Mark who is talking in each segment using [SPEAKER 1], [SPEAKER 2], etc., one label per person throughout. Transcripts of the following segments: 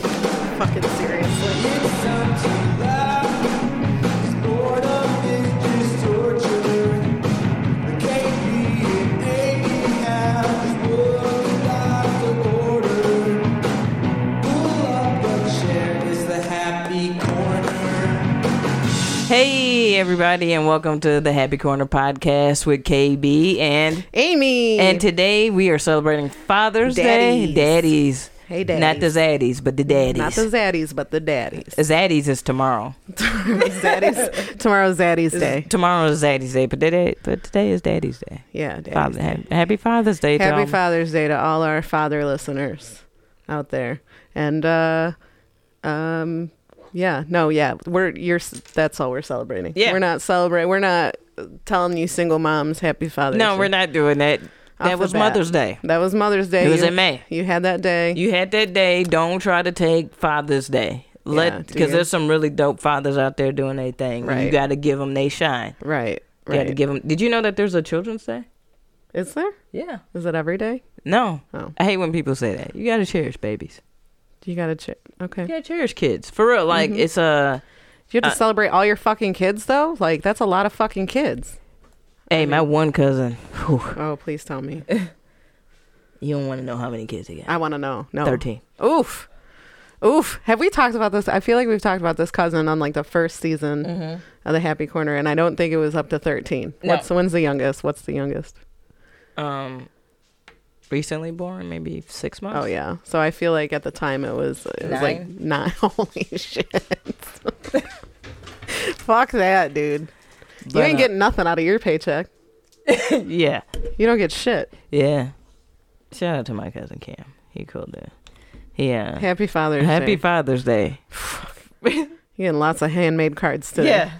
[SPEAKER 1] fucking seriously.
[SPEAKER 2] Hey, everybody, and welcome to the Happy Corner podcast with KB. And
[SPEAKER 1] Amy.
[SPEAKER 2] and today we are celebrating Father's Day.
[SPEAKER 1] Daddies.
[SPEAKER 2] Daddies.
[SPEAKER 1] Hey,
[SPEAKER 2] Not the zaddies, but the daddies.
[SPEAKER 1] not the zaddies, but the daddies.
[SPEAKER 2] zaddies is tomorrow.
[SPEAKER 1] zaddies. Tomorrow's Zaddies Day.
[SPEAKER 2] Tomorrow is Zaddies Day, but today, but today is Daddy's Day.
[SPEAKER 1] Yeah, Daddies
[SPEAKER 2] Father,
[SPEAKER 1] Day.
[SPEAKER 2] ha- happy Father's Day to
[SPEAKER 1] Happy
[SPEAKER 2] all-
[SPEAKER 1] Father's Day to all our father listeners out there. And uh um yeah, no, yeah. We're you're s- that's all we're celebrating.
[SPEAKER 2] Yeah.
[SPEAKER 1] We're not celebrating. We're not telling you single moms happy Father's
[SPEAKER 2] No,
[SPEAKER 1] Day.
[SPEAKER 2] we're not doing that.
[SPEAKER 1] Off
[SPEAKER 2] that
[SPEAKER 1] the
[SPEAKER 2] was
[SPEAKER 1] bat.
[SPEAKER 2] Mother's Day.
[SPEAKER 1] That was Mother's Day.
[SPEAKER 2] It was
[SPEAKER 1] You-
[SPEAKER 2] in May.
[SPEAKER 1] You had that day.
[SPEAKER 2] You had that day. Don't try to take Father's Day.
[SPEAKER 1] Yeah,
[SPEAKER 2] Let
[SPEAKER 1] do
[SPEAKER 2] because
[SPEAKER 1] your-
[SPEAKER 2] there's some really dope fathers out there doing their thing. You
[SPEAKER 1] Right.
[SPEAKER 2] got to give them they shine.
[SPEAKER 1] right.
[SPEAKER 2] You got to
[SPEAKER 1] Right.
[SPEAKER 2] give them. Did you know that there's a Children's Day?
[SPEAKER 1] Is there?
[SPEAKER 2] Yeah.
[SPEAKER 1] Is it every day?
[SPEAKER 2] No.
[SPEAKER 1] Oh.
[SPEAKER 2] I hate when people say that. You gotta cherish babies.
[SPEAKER 1] You gotta check. Okay.
[SPEAKER 2] You gotta cherish kids. For real. Like
[SPEAKER 1] Mm-hmm.
[SPEAKER 2] it's a
[SPEAKER 1] You have to
[SPEAKER 2] Uh,
[SPEAKER 1] celebrate all your fucking kids though? Like that's a lot of fucking kids.
[SPEAKER 2] hey, my one cousin. whew,
[SPEAKER 1] Oh, please tell me.
[SPEAKER 2] you don't wanna know how many kids he got.
[SPEAKER 1] I wanna know. No.
[SPEAKER 2] Thirteen.
[SPEAKER 1] Oof. Oof. Have we talked about this? I feel like we've talked about this cousin on like the first season of the Happy Corner, and I don't think it was up to thirteen.
[SPEAKER 2] No.
[SPEAKER 1] What's when's the youngest? What's the youngest?
[SPEAKER 2] Um recently born, maybe six months.
[SPEAKER 1] Oh yeah. So I feel like at the time it was it was like nine. Holy shit. Fuck that, dude. you
[SPEAKER 2] But,
[SPEAKER 1] ain't
[SPEAKER 2] uh,
[SPEAKER 1] getting nothing out of your paycheck.
[SPEAKER 2] Yeah.
[SPEAKER 1] You don't get shit.
[SPEAKER 2] Yeah. Shout out to my cousin Cam. He cool dude. Yeah.
[SPEAKER 1] Happy Father's
[SPEAKER 2] uh,
[SPEAKER 1] Day.
[SPEAKER 2] Happy Father's Day.
[SPEAKER 1] you getting lots of handmade cards today.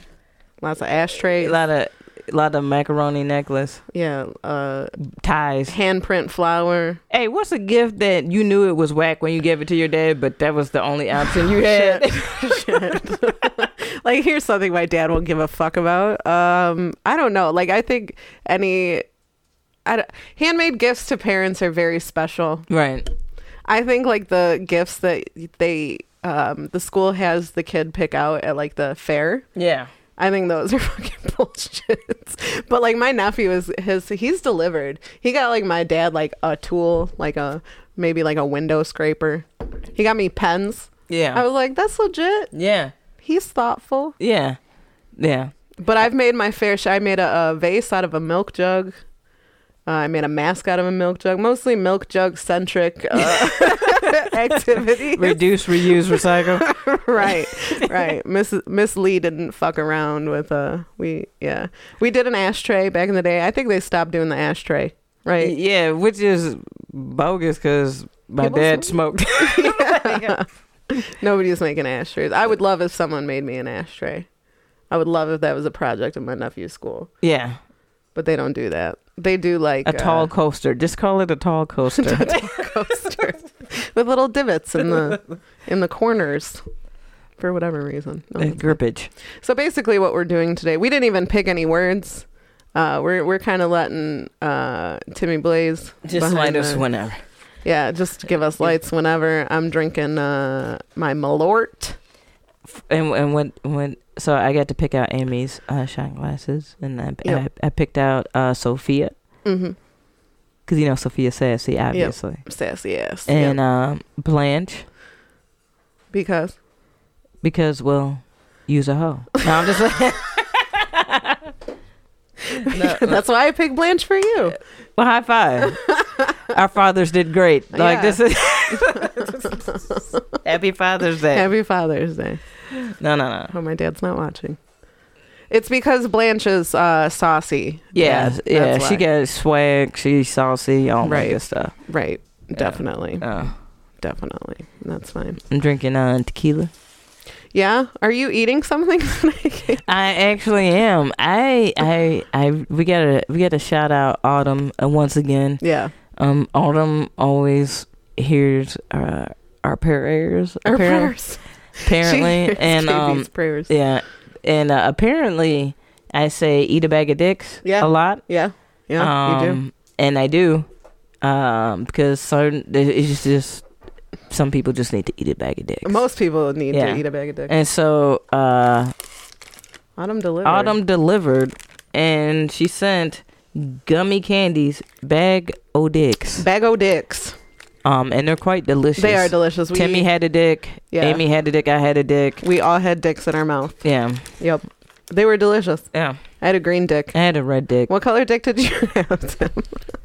[SPEAKER 1] Lots of
[SPEAKER 2] A
[SPEAKER 1] ashtrays.
[SPEAKER 2] lot of lot of macaroni necklace.
[SPEAKER 1] yeah. Uh,
[SPEAKER 2] Ties.
[SPEAKER 1] handprint flower.
[SPEAKER 2] Hey, what's a gift that you knew it was whack when you gave it to your dad, but that was the only option you had?
[SPEAKER 1] like here's something my dad won't give a fuck about um i don't know like i think any I don't- handmade gifts to parents are very special
[SPEAKER 2] right.
[SPEAKER 1] i think like the gifts that they um the school has the kid pick out at like the fair
[SPEAKER 2] Yeah.
[SPEAKER 1] I think those are fucking bullshits. But like my nephew is his he's delivered. He got like my dad like a tool, like a maybe like a window scraper. He got me pens.
[SPEAKER 2] Yeah.
[SPEAKER 1] I was like, that's legit.
[SPEAKER 2] yeah.
[SPEAKER 1] He's thoughtful.
[SPEAKER 2] Yeah. Yeah.
[SPEAKER 1] But I've made my fair share. I made a, a vase out of a milk jug. Uh, I made a mask out of a milk jug. Mostly milk jug centric uh, activity.
[SPEAKER 2] Reduce, reuse, recycle.
[SPEAKER 1] right, right. Miss Miss Lee didn't fuck around with uh we yeah. We did an ashtray back in the day. I think they stopped doing the ashtray, right?
[SPEAKER 2] yeah, which is bogus because my
[SPEAKER 1] People
[SPEAKER 2] dad smoked.
[SPEAKER 1] Nobody was making ashtrays. I would love if someone made me an ashtray. I would love if that was a project in my nephew's school,
[SPEAKER 2] yeah.
[SPEAKER 1] but they don't do that. They do like
[SPEAKER 2] A tall
[SPEAKER 1] uh,
[SPEAKER 2] coaster. Just call it a tall coaster.
[SPEAKER 1] coaster with little divots in the in the corners for whatever reason. No,
[SPEAKER 2] Uh, Grippage.
[SPEAKER 1] So basically, what we're doing today, we didn't even pick any words. Uh, we're we're kind of letting uh, Timmy Blaze
[SPEAKER 2] Just
[SPEAKER 1] behind
[SPEAKER 2] light us
[SPEAKER 1] the-
[SPEAKER 2] whenever.
[SPEAKER 1] Yeah, just give us lights whenever. I'm drinking uh, my Malort.
[SPEAKER 2] And and when when so I got to pick out Amy's uh, shot glasses, and I,
[SPEAKER 1] Yep.
[SPEAKER 2] I I picked out uh, Sophia
[SPEAKER 1] Mm-hmm.
[SPEAKER 2] because you know Sophia sassy obviously,
[SPEAKER 1] Sassy ass.
[SPEAKER 2] and
[SPEAKER 1] Yeah.
[SPEAKER 2] um, Blanche
[SPEAKER 1] because
[SPEAKER 2] Because, well, use a hoe. No, I'm just like,
[SPEAKER 1] that's why I picked Blanche for you.
[SPEAKER 2] well, high five. Our fathers did great. Like,
[SPEAKER 1] Yeah.
[SPEAKER 2] this is. Happy Father's Day.
[SPEAKER 1] Happy Father's Day.
[SPEAKER 2] no, no, no.
[SPEAKER 1] Oh, my dad's not watching. It's because Blanche is uh, saucy.
[SPEAKER 2] Yeah,
[SPEAKER 1] Dad.
[SPEAKER 2] yeah.
[SPEAKER 1] That's
[SPEAKER 2] She
[SPEAKER 1] why.
[SPEAKER 2] got swag. She's saucy. All that
[SPEAKER 1] Right.
[SPEAKER 2] good stuff.
[SPEAKER 1] right. Definitely,
[SPEAKER 2] Uh,
[SPEAKER 1] definitely. That's fine.
[SPEAKER 2] I'm drinking uh, tequila.
[SPEAKER 1] Yeah. Are you eating something?
[SPEAKER 2] I actually am. I, I, I. We gotta, we gotta shout out Autumn uh, once again.
[SPEAKER 1] yeah.
[SPEAKER 2] Um, Autumn always hears uh, our prayers.
[SPEAKER 1] Or
[SPEAKER 2] apparent-
[SPEAKER 1] prayers.
[SPEAKER 2] apparently,
[SPEAKER 1] She-
[SPEAKER 2] and um,
[SPEAKER 1] KB's prayers.
[SPEAKER 2] Yeah, and uh, apparently I say eat a bag of dicks
[SPEAKER 1] Yeah.
[SPEAKER 2] a lot.
[SPEAKER 1] Yeah. Yeah, you do.
[SPEAKER 2] Um, And I do, um, because certain it's just some people just need to eat a bag of dicks.
[SPEAKER 1] Most people need
[SPEAKER 2] Um, Yeah.
[SPEAKER 1] to eat a bag of dicks.
[SPEAKER 2] and so uh,
[SPEAKER 1] Autumn delivered.
[SPEAKER 2] Autumn delivered, and she sent gummy candies, bag o' dicks.
[SPEAKER 1] Bag o' dicks.
[SPEAKER 2] Um, and they're quite delicious.
[SPEAKER 1] They are delicious. We,
[SPEAKER 2] Timmy had a dick.
[SPEAKER 1] Yeah.
[SPEAKER 2] Amy had a dick. I had a dick.
[SPEAKER 1] we all had dicks in our mouth.
[SPEAKER 2] Yeah,
[SPEAKER 1] Yep. They were delicious.
[SPEAKER 2] yeah.
[SPEAKER 1] I had a green dick.
[SPEAKER 2] I had a red dick.
[SPEAKER 1] What color dick did you have? Tim?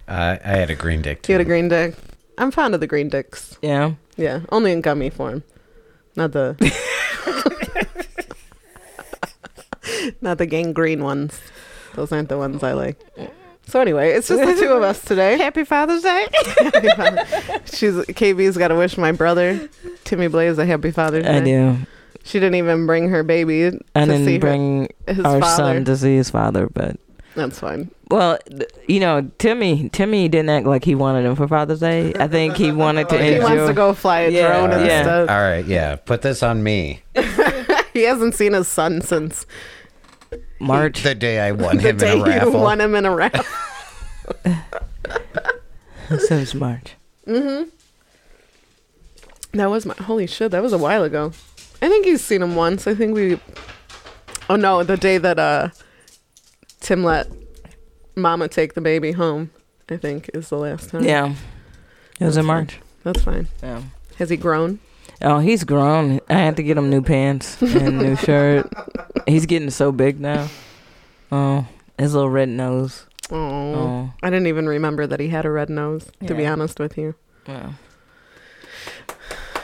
[SPEAKER 3] I I had a green dick.
[SPEAKER 1] you had a
[SPEAKER 3] too.
[SPEAKER 1] green dick. I'm fond of the green dicks.
[SPEAKER 2] Yeah.
[SPEAKER 1] Yeah, only in gummy form, not the not the gangrene ones. Those aren't the ones I like. So anyway, it's just the two of us today. Happy Father's Day. She's KB's got to wish my brother Timmy Blaze a happy Father's
[SPEAKER 2] I
[SPEAKER 1] Day.
[SPEAKER 2] do.
[SPEAKER 1] She didn't even bring her baby
[SPEAKER 2] I
[SPEAKER 1] to see
[SPEAKER 2] didn't bring
[SPEAKER 1] her, his
[SPEAKER 2] our
[SPEAKER 1] father.
[SPEAKER 2] son to see his father, but
[SPEAKER 1] That's fine.
[SPEAKER 2] well, th- you know, Timmy, Timmy didn't act like he wanted him for Father's Day. I think he wanted to
[SPEAKER 1] He
[SPEAKER 2] enjoy.
[SPEAKER 1] wants to go fly a
[SPEAKER 2] Yeah,
[SPEAKER 1] drone and
[SPEAKER 2] yeah.
[SPEAKER 1] stuff.
[SPEAKER 3] All right, yeah. Put this on me.
[SPEAKER 1] He hasn't seen his son since
[SPEAKER 2] March.
[SPEAKER 3] The day I won
[SPEAKER 1] the
[SPEAKER 3] him
[SPEAKER 1] day
[SPEAKER 3] in a
[SPEAKER 1] you
[SPEAKER 3] raffle.
[SPEAKER 1] won him in a raffle.
[SPEAKER 2] Since March.
[SPEAKER 1] That was my holy shit. That was a while ago. I think he's seen him once. I think we. Oh no, the day that uh, Tim let Mama take the baby home. I think is the last time.
[SPEAKER 2] Yeah. It was
[SPEAKER 1] That's fine.
[SPEAKER 2] in March.
[SPEAKER 1] that's fine.
[SPEAKER 2] Yeah.
[SPEAKER 1] Has he grown?
[SPEAKER 2] Oh, he's grown. I had to get him new pants and new shirt. He's getting so big now. Oh, his little red nose.
[SPEAKER 1] Oh,
[SPEAKER 2] Oh,
[SPEAKER 1] I didn't even remember that he had a red nose. To be
[SPEAKER 2] Yeah.
[SPEAKER 1] honest with you,
[SPEAKER 2] yeah.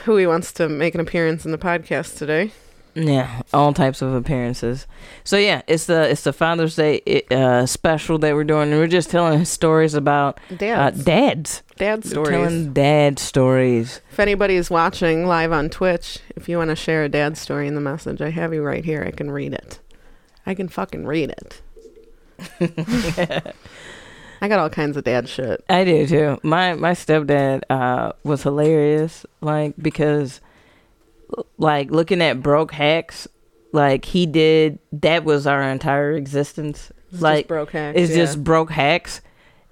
[SPEAKER 1] who he wants to make an appearance in the podcast today?
[SPEAKER 2] Yeah, all types of appearances. So yeah, it's the it's the Father's Day uh, special that we're doing. And we're just telling stories about uh,
[SPEAKER 1] Dad's
[SPEAKER 2] dads.
[SPEAKER 1] dad stories.
[SPEAKER 2] Telling dad stories.
[SPEAKER 1] If anybody's watching live on Twitch, if you want to share a dad story in the message, I have you right here. I can read it. I can fucking read it. I got all kinds of dad shit.
[SPEAKER 2] I do too. My my stepdad uh, was hilarious, like because, like looking at broke hacks, like he did. That was our entire existence.
[SPEAKER 1] It's
[SPEAKER 2] like
[SPEAKER 1] just broke hacks.
[SPEAKER 2] it's
[SPEAKER 1] yeah.
[SPEAKER 2] just broke hacks.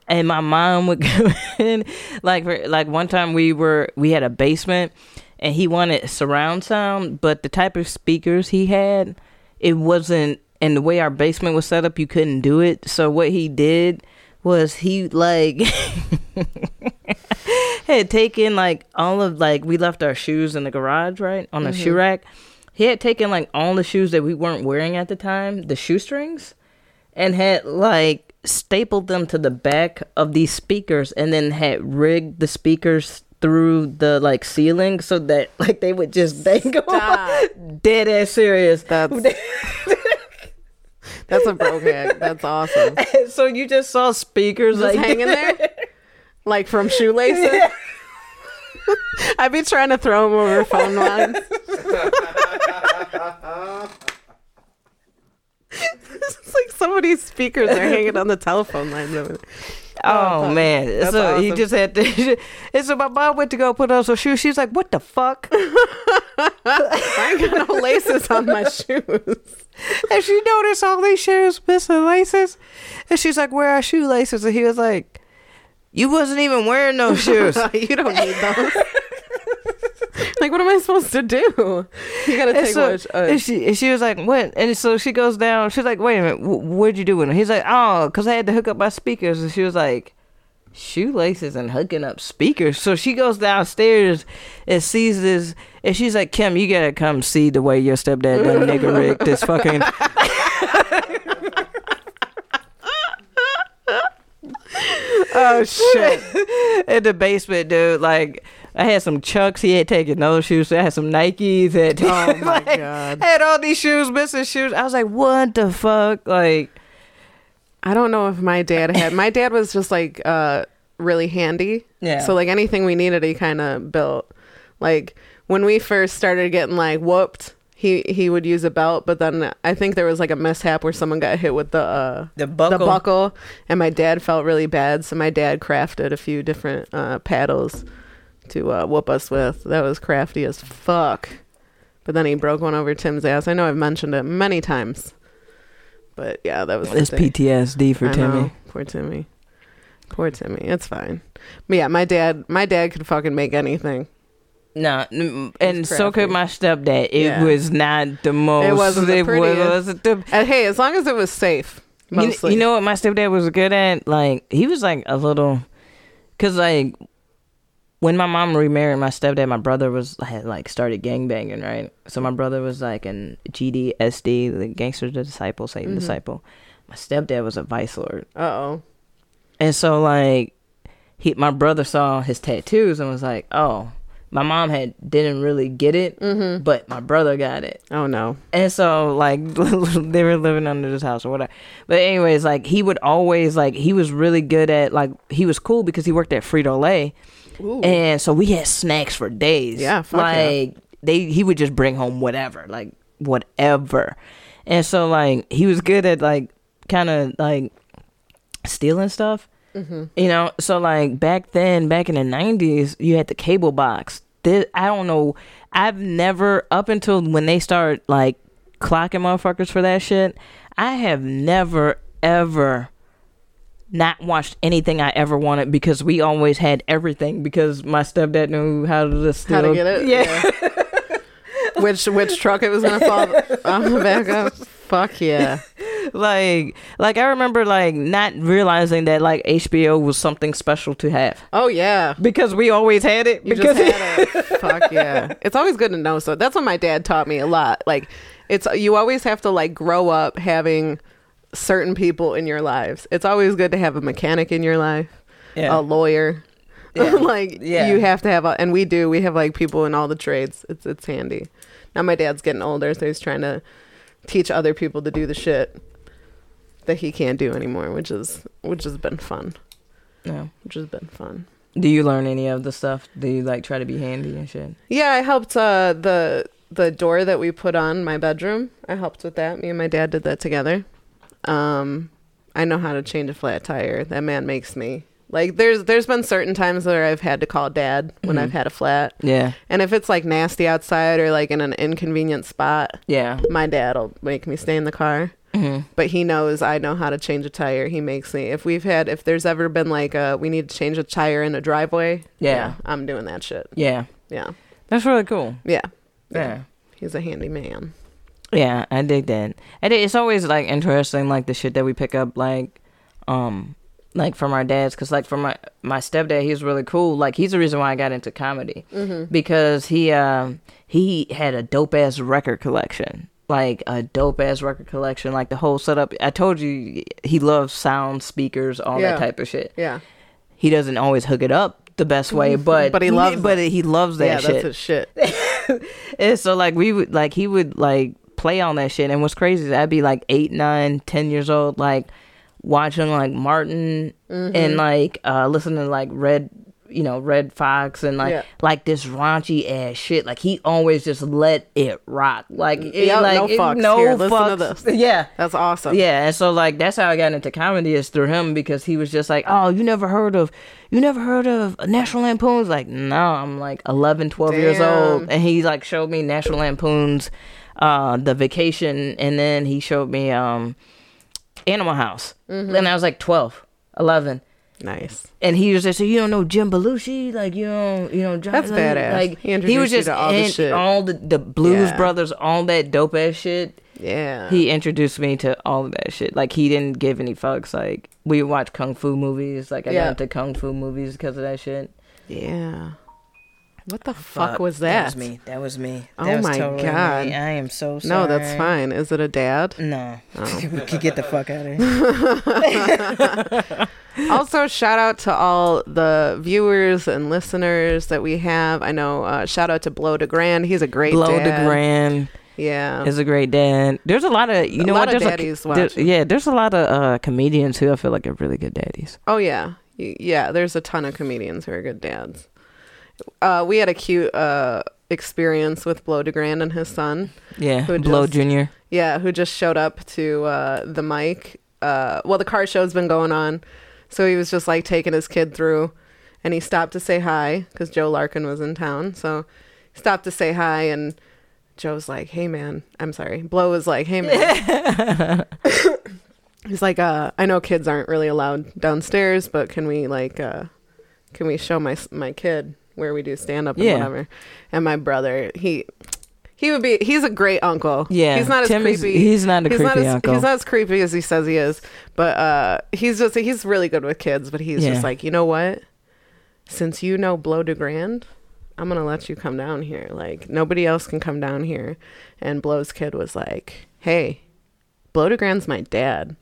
[SPEAKER 2] And my mom would go in, like for- like one time we were we had a basement, and he wanted surround sound, but the type of speakers he had, it wasn't, and the way our basement was set up, you couldn't do it. So what he did was he like had taken like all of like we left our shoes in the garage right on the shoe rack. He had taken like all the shoes that we weren't wearing at the time, the shoestrings and had like stapled them to the back of these speakers and then had rigged the speakers through the like ceiling so that like they would just dangle
[SPEAKER 1] Stop.
[SPEAKER 2] dead ass serious
[SPEAKER 1] That's, that's a broke hack. That's awesome.
[SPEAKER 2] so you just saw speakers
[SPEAKER 1] Just
[SPEAKER 2] like
[SPEAKER 1] hanging there? Like from shoelaces? I'd be trying to throw them over phone lines. it's like somebody's speakers are hanging on the telephone lines over there.
[SPEAKER 2] oh man so he
[SPEAKER 1] awesome.
[SPEAKER 2] just had to and so my mom went to go put on some shoes she's like what the fuck
[SPEAKER 1] I ain't got no laces on my shoes.
[SPEAKER 2] and she noticed all these shoes missing laces. And she's like, Where are shoelaces? And he was like, You wasn't even wearing those shoes.
[SPEAKER 1] you don't need those. like, what am I supposed to do? You gotta
[SPEAKER 2] and,
[SPEAKER 1] take
[SPEAKER 2] so,
[SPEAKER 1] which. Uh,
[SPEAKER 2] and she, and she was like, What? And so she goes down. She's like, Wait a minute, wh- what'd you do with them? He's like, Oh, because I had to hook up my speakers. And she was like, Shoelaces and hooking up speakers. So she goes downstairs and sees this. And she's like, Kim, you gotta come see the way your stepdad done nigga rigged this fucking.
[SPEAKER 1] oh shit!
[SPEAKER 2] in the basement, dude. Like I had some Chucks. He had taken those shoes. I had some Nikes. Had
[SPEAKER 1] Oh my
[SPEAKER 2] like,
[SPEAKER 1] god!
[SPEAKER 2] Had all these shoes, missing shoes. I was like, what the fuck? Like,
[SPEAKER 1] I don't know if my dad had. My dad was just like uh, really handy.
[SPEAKER 2] Yeah.
[SPEAKER 1] So like anything we needed, he kind of built. Like when we first started getting like whooped, he he would use a belt. But then I think there was like a mishap where someone got hit with the uh,
[SPEAKER 2] The buckle.
[SPEAKER 1] The buckle, and my dad felt really bad. So my dad crafted a few different uh, paddles to uh, whoop us with. That was crafty as fuck. But then he broke one over Tim's ass. I know I've mentioned it many times. But yeah, that was the
[SPEAKER 2] it's
[SPEAKER 1] thing.
[SPEAKER 2] PTSD for
[SPEAKER 1] I
[SPEAKER 2] Timmy.
[SPEAKER 1] know. Poor Timmy. Poor Timmy. It's fine. But yeah, my dad my dad could fucking make anything.
[SPEAKER 2] No, n- mm, and so
[SPEAKER 1] crafty.
[SPEAKER 2] could my stepdad. It
[SPEAKER 1] Yeah.
[SPEAKER 2] was not the most.
[SPEAKER 1] wasn't the
[SPEAKER 2] it wa-
[SPEAKER 1] prettiest.
[SPEAKER 2] wasn't the-
[SPEAKER 1] And hey, as long as it was safe,
[SPEAKER 2] You-
[SPEAKER 1] mostly.
[SPEAKER 2] You, know what my stepdad was good at? Like he was like a little, cause like when my mom remarried my stepdad, my brother was had like started gangbanging, right? So my brother was like in GDSD, the gangster the disciple, Satan
[SPEAKER 1] Mm-hmm.
[SPEAKER 2] disciple. My stepdad was a vice lord,
[SPEAKER 1] Uh oh.
[SPEAKER 2] and so like he, my brother saw his tattoos and was like, oh. My mom had didn't really get it,
[SPEAKER 1] Mm-hmm.
[SPEAKER 2] but my brother got it.
[SPEAKER 1] Oh no.
[SPEAKER 2] And so, like, they were living under this house or whatever. But, anyways, like, he would always, like, he was really good at, like, he was cool because he worked at Frito Lay. And so we had snacks for days.
[SPEAKER 1] Yeah, fuck yeah.
[SPEAKER 2] Like, they, he would just bring home whatever, like, whatever. And so, like, he was good at, like, kind of, like, stealing stuff. You know, so like back then, back in the nineties, you had the cable box. This, I don't know. I've never up until when they start like clocking motherfuckers for that shit. I have never ever not watched anything I ever wanted because we always had everything because my stepdad knew how to just steal.
[SPEAKER 1] How to get it?
[SPEAKER 2] Yeah.
[SPEAKER 1] Yeah. which which truck it was gonna fall on the back of? Fuck yeah.
[SPEAKER 2] like like I remember like not realizing that like HBO was something special to have.
[SPEAKER 1] Oh yeah.
[SPEAKER 2] Because we always had it.
[SPEAKER 1] You
[SPEAKER 2] because
[SPEAKER 1] just had it. Fuck yeah. It's always good to know. So that's what my dad taught me a lot. Like, it's you always have to like grow up having certain people in your lives. It's always good to have a mechanic in your life,
[SPEAKER 2] Yeah.
[SPEAKER 1] a lawyer. like
[SPEAKER 2] Yeah.
[SPEAKER 1] you have to have, a, and we do. We have like people in all the trades. It's it's handy. Now my dad's getting older, so he's trying to teach other people to do the shit that he can't do anymore, which is which has been fun.
[SPEAKER 2] Yeah.
[SPEAKER 1] Which has been fun.
[SPEAKER 2] Do you learn any of the stuff? Do you like try to be handy and shit?
[SPEAKER 1] Yeah, I helped uh, the the door that we put on my bedroom. I helped with that. Me and my dad did that together. Um, I know how to change a flat tire. That man makes me like. There's there's been certain times where I've had to call dad
[SPEAKER 2] Mm-hmm.
[SPEAKER 1] when I've had a flat,
[SPEAKER 2] Yeah,
[SPEAKER 1] and if it's like nasty outside or like in an inconvenient spot,
[SPEAKER 2] yeah, Mm-hmm.
[SPEAKER 1] my dad'll make me stay in the car. But he knows I know how to change a tire. He makes me. If we've had, if there's ever been like a, we need to change a tire in a driveway.
[SPEAKER 2] Yeah.
[SPEAKER 1] I'm doing that shit.
[SPEAKER 2] yeah.
[SPEAKER 1] Yeah.
[SPEAKER 2] That's really cool.
[SPEAKER 1] Yeah.
[SPEAKER 2] Yeah,
[SPEAKER 1] He's a handy man.
[SPEAKER 2] yeah. I dig that. And it- it's always like interesting, like the shit that we pick up, like, um, like from our dads, because like from my my stepdad, he was really cool. Like he's the reason why I got into comedy because he um he had a dope ass record collection. Like a dope ass record collection, like the whole setup. I told you he loves sound speakers, all
[SPEAKER 1] Yeah.
[SPEAKER 2] that type of shit.
[SPEAKER 1] Yeah.
[SPEAKER 2] he doesn't always hook it up the best way, but
[SPEAKER 1] Mm-hmm. But he loves
[SPEAKER 2] but he loves that
[SPEAKER 1] yeah,
[SPEAKER 2] shit.
[SPEAKER 1] that's his shit.
[SPEAKER 2] and so like we would like he would like play on that shit. And what's crazy is I'd be like eight, nine, ten years old, like watching like Martin
[SPEAKER 1] Mm-hmm.
[SPEAKER 2] and like uh listening to like Red you know, Red Fox and like
[SPEAKER 1] Yeah.
[SPEAKER 2] like this raunchy ass shit. Like he always just let it rock. Like, it,
[SPEAKER 1] Yeah,
[SPEAKER 2] like
[SPEAKER 1] no
[SPEAKER 2] it-
[SPEAKER 1] fucks.
[SPEAKER 2] no
[SPEAKER 1] Here, listen to
[SPEAKER 2] fucks.
[SPEAKER 1] this.
[SPEAKER 2] Yeah.
[SPEAKER 1] That's awesome.
[SPEAKER 2] Yeah, and so like that's how I got into comedy is through him because he was just like, "Oh, you never heard of, you never heard of National Lampoon's?" Like, no, I'm like 11, 12 years old,
[SPEAKER 1] Damn.
[SPEAKER 2] and he like showed me National Lampoon's, uh, The Vacation, and then he showed me um, Animal House,
[SPEAKER 1] Mm-hmm.
[SPEAKER 2] and I was like 12, 11.
[SPEAKER 1] Nice.
[SPEAKER 2] And he was just like, you don't know Jim Belushi, like you don't, you know. John,
[SPEAKER 1] That's
[SPEAKER 2] like,
[SPEAKER 1] badass.
[SPEAKER 2] Like
[SPEAKER 1] He introduced
[SPEAKER 2] was
[SPEAKER 1] you
[SPEAKER 2] just
[SPEAKER 1] to all the
[SPEAKER 2] in
[SPEAKER 1] shit.
[SPEAKER 2] all the, the Blues
[SPEAKER 1] Yeah.
[SPEAKER 2] Brothers, all that dope ass shit
[SPEAKER 1] Yeah.
[SPEAKER 2] he introduced me to all of that shit. Like he didn't give any fucks. Like we watch kung fu movies. Like I
[SPEAKER 1] Yeah.
[SPEAKER 2] got into kung fu movies because of that shit.
[SPEAKER 1] yeah. What the fuck was that?
[SPEAKER 2] was me. That was me.
[SPEAKER 1] Oh
[SPEAKER 2] That was
[SPEAKER 1] my
[SPEAKER 2] totally
[SPEAKER 1] God.
[SPEAKER 2] Me. I am so
[SPEAKER 1] No,
[SPEAKER 2] sorry.
[SPEAKER 1] that's fine. Oh. Is it a dad?
[SPEAKER 2] No, we could get the fuck out of here.
[SPEAKER 1] also, shout out to all the viewers and listeners that we have. I know. Uh, shout out to Blow to Grand. He's a great
[SPEAKER 2] Blow
[SPEAKER 1] dad.
[SPEAKER 2] the Grand
[SPEAKER 1] Yeah.
[SPEAKER 2] is a great dad. There's a lot of you
[SPEAKER 1] A
[SPEAKER 2] know
[SPEAKER 1] lot
[SPEAKER 2] what?
[SPEAKER 1] of
[SPEAKER 2] There's
[SPEAKER 1] daddies
[SPEAKER 2] like, there-
[SPEAKER 1] watching.
[SPEAKER 2] yeah, there's a lot of uh, comedians who I feel like are really good daddies.
[SPEAKER 1] Oh yeah, Y- yeah. There's a ton of comedians who are good dads. Uh, we had a cute uh, experience with Blow to Grand and his son.
[SPEAKER 2] Yeah,
[SPEAKER 1] Who
[SPEAKER 2] Blow
[SPEAKER 1] just-
[SPEAKER 2] Junior.
[SPEAKER 1] Yeah, who just showed up to uh, the mic. Uh, well, the car show's been going on, so he was just like taking his kid through, and he stopped to say hi because Joe Larkin was in town. So he stopped to say hi, and Joe's like, "Hey, man," I'm sorry. Blow was like, "Hey, man." He's like, uh, "I know kids aren't really allowed downstairs, but can we like, uh, can we show my s- my kid where we do stand up and
[SPEAKER 2] Yeah.
[SPEAKER 1] whatever. And my brother, he he would be he's a great uncle.
[SPEAKER 2] Yeah,
[SPEAKER 1] He's not as
[SPEAKER 2] Tim is-
[SPEAKER 1] creepy.
[SPEAKER 2] he's not a creepy
[SPEAKER 1] as,
[SPEAKER 2] uncle.
[SPEAKER 1] He's not as creepy as he says he is. But uh he's just he's really good with kids, but he's
[SPEAKER 2] Yeah.
[SPEAKER 1] just like, you know what? Since you know Blow de Grand, I'm gonna let you come down here. Like nobody else can come down here. And Blow's kid was like, Hey, Blow de Grand's my dad.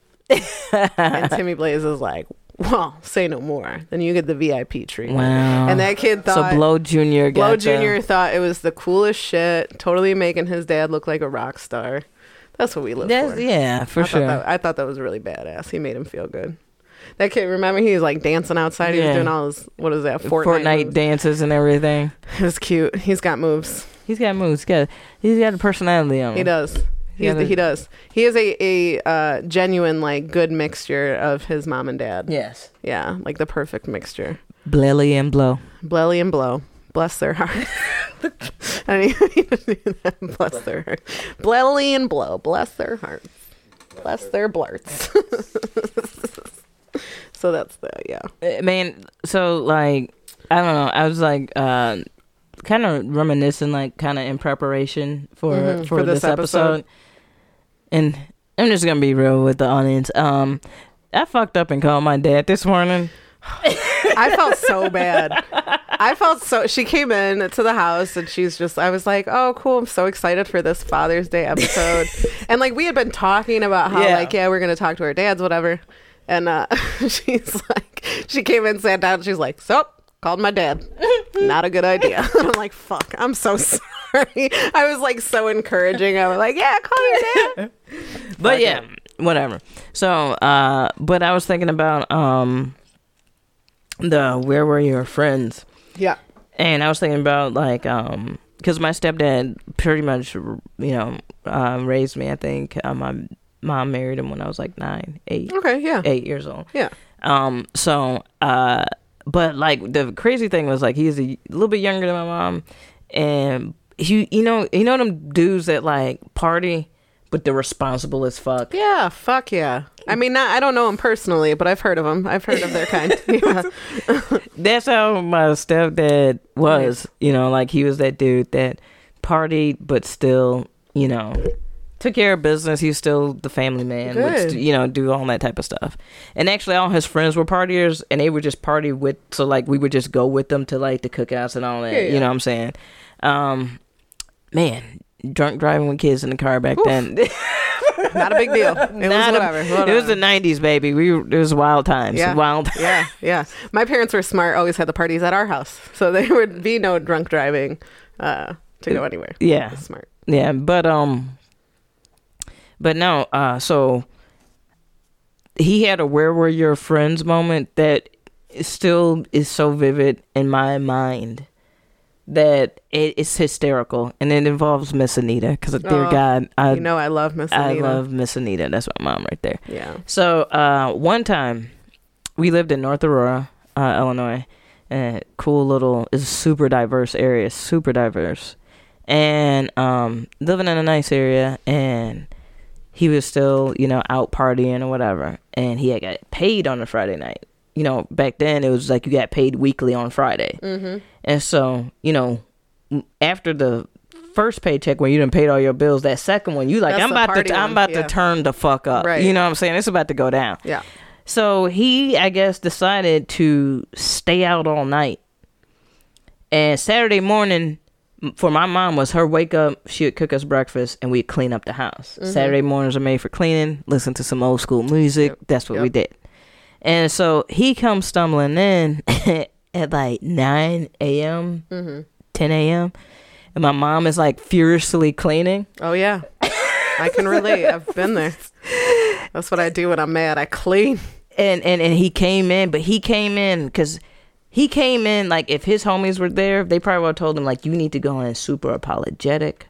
[SPEAKER 1] and Timmy Blaze is like, Well, say no more. Then you get the VIP treatment.
[SPEAKER 2] Wow.
[SPEAKER 1] And that kid thought
[SPEAKER 2] so Blow Junior.
[SPEAKER 1] Blow
[SPEAKER 2] got
[SPEAKER 1] Jr.
[SPEAKER 2] the-
[SPEAKER 1] thought it was the coolest shit, totally making his dad look like a rock star. That's what we live
[SPEAKER 2] That's
[SPEAKER 1] for.
[SPEAKER 2] yeah, for
[SPEAKER 1] I
[SPEAKER 2] sure.
[SPEAKER 1] Thought that, I thought that was really badass. He made him feel good. That kid, remember, he was like dancing outside. He
[SPEAKER 2] Yeah.
[SPEAKER 1] was doing all his, what is that, Fortnite?
[SPEAKER 2] Fortnite,
[SPEAKER 1] moves.
[SPEAKER 2] dances and everything.
[SPEAKER 1] It was cute. He's got moves.
[SPEAKER 2] He's got moves. He's got he's got a personality on him.
[SPEAKER 1] He does. He's,
[SPEAKER 2] gotta-
[SPEAKER 1] he does. He is a, a uh, genuine, like, good mixture of his mom and dad.
[SPEAKER 2] Yes.
[SPEAKER 1] Yeah, like the perfect mixture.
[SPEAKER 2] Blelly and Blow.
[SPEAKER 1] Blelly and blow. Bless their heart. I didn't even do that. Bless their heart. Blelly and blow. Bless their hearts. Bless their blurts. so that's the yeah.
[SPEAKER 2] I mean, Uh, so like I don't know. I was like uh, kind of reminiscing, like kind of in preparation for
[SPEAKER 1] Mhm,
[SPEAKER 2] Mm-hmm. for, this, episode. And I'm just gonna be real with the audience. Um, I fucked up and called my dad this morning.
[SPEAKER 1] I felt so bad. I felt so. She came in to the house and she's just. I was like, oh, cool. I'm so excited for this Father's Day episode. and like we had been talking about how
[SPEAKER 2] Yeah.
[SPEAKER 1] like yeah we're gonna talk to our dads whatever. And uh, she's like, she came in, sat down. She's like, so called my dad. Not a good idea. I'm like, fuck. I'm so sorry. I was like so encouraging. I was like, yeah, call your dad.
[SPEAKER 2] But yeah, whatever. So, uh, but I was thinking about um, the where were your friends?
[SPEAKER 1] Yeah.
[SPEAKER 2] and I was thinking about like um because my stepdad pretty much you know uh, raised me. I think uh, my mom married him when I was like nine, eight,
[SPEAKER 1] Okay. Yeah.
[SPEAKER 2] eight years old.
[SPEAKER 1] Yeah.
[SPEAKER 2] Um. So uh, but like the crazy thing was like he's a little bit younger than my mom, and he you know you know them dudes that like party, but they're responsible as fuck.
[SPEAKER 1] Yeah, fuck yeah. I mean, not, I don't know him personally, but I've heard of him. I've heard of their kind. Yeah.
[SPEAKER 2] that's how my stepdad was. You know, like he was that dude that partied but still, you know, took care of business. He was still the family man, would
[SPEAKER 1] Good.
[SPEAKER 2] st- you know, do all that type of stuff. And actually, all his friends were partiers, and they would just party with. So like, we would just go with them to like the cookouts and all that.
[SPEAKER 1] Yeah, yeah.
[SPEAKER 2] You know what I'm saying? Um, man, drunk driving with kids in the car back then.
[SPEAKER 1] Not a big deal. It was
[SPEAKER 2] Not a-
[SPEAKER 1] whatever. whatever.
[SPEAKER 2] It was the '90s, baby. We were- it was wild times.
[SPEAKER 1] Yeah.
[SPEAKER 2] Wild.
[SPEAKER 1] yeah, yeah. My parents were smart. Always had the parties at our house, so there would be no drunk driving uh, to go anywhere.
[SPEAKER 2] Yeah.
[SPEAKER 1] Smart.
[SPEAKER 2] yeah but um but no uh so he had a where were your friends moment that is still is so vivid in my mind that it, it's hysterical and it involves miss anita because dear
[SPEAKER 1] Oh,
[SPEAKER 2] god i
[SPEAKER 1] you know, I love Miss.
[SPEAKER 2] i
[SPEAKER 1] Anita.
[SPEAKER 2] love miss anita that's my mom right there
[SPEAKER 1] Yeah.
[SPEAKER 2] so uh, one time, we lived in North Aurora, uh, Illinois, and cool little is a super diverse area, super diverse, and um, living in a nice area, and he was still you know out partying or whatever, and he had got paid on a Friday night. You know, back then it was like you got paid weekly on Friday, mm-hmm. and so you know after the first paycheck when you done paid all your bills, that second one you like
[SPEAKER 1] That's
[SPEAKER 2] I'm
[SPEAKER 1] the
[SPEAKER 2] about to
[SPEAKER 1] party
[SPEAKER 2] I'm
[SPEAKER 1] one,
[SPEAKER 2] about
[SPEAKER 1] yeah.
[SPEAKER 2] to turn the fuck up.
[SPEAKER 1] Right.
[SPEAKER 2] You know what I'm saying? It's about to go down.
[SPEAKER 1] Yeah.
[SPEAKER 2] So he, I guess, decided to stay out all night. And Saturday morning, m- for my mom was her wake up. She would cook us breakfast, and we'd clean up the house.
[SPEAKER 1] Mm-hmm.
[SPEAKER 2] Saturday mornings are made for cleaning. Listen to some old school music. That's what we
[SPEAKER 1] Yep.
[SPEAKER 2] did. And so he comes stumbling in at like nine a.m.,
[SPEAKER 1] Mm-hmm.
[SPEAKER 2] ten a.m., and my mom is like furiously cleaning.
[SPEAKER 1] Oh yeah. I can relate. I've been there. That's what I do when I'm mad. I clean.
[SPEAKER 2] and and and he came in, but he came in because he came in like if his homies were there, they probably would have told him like you need to go in super apologetic,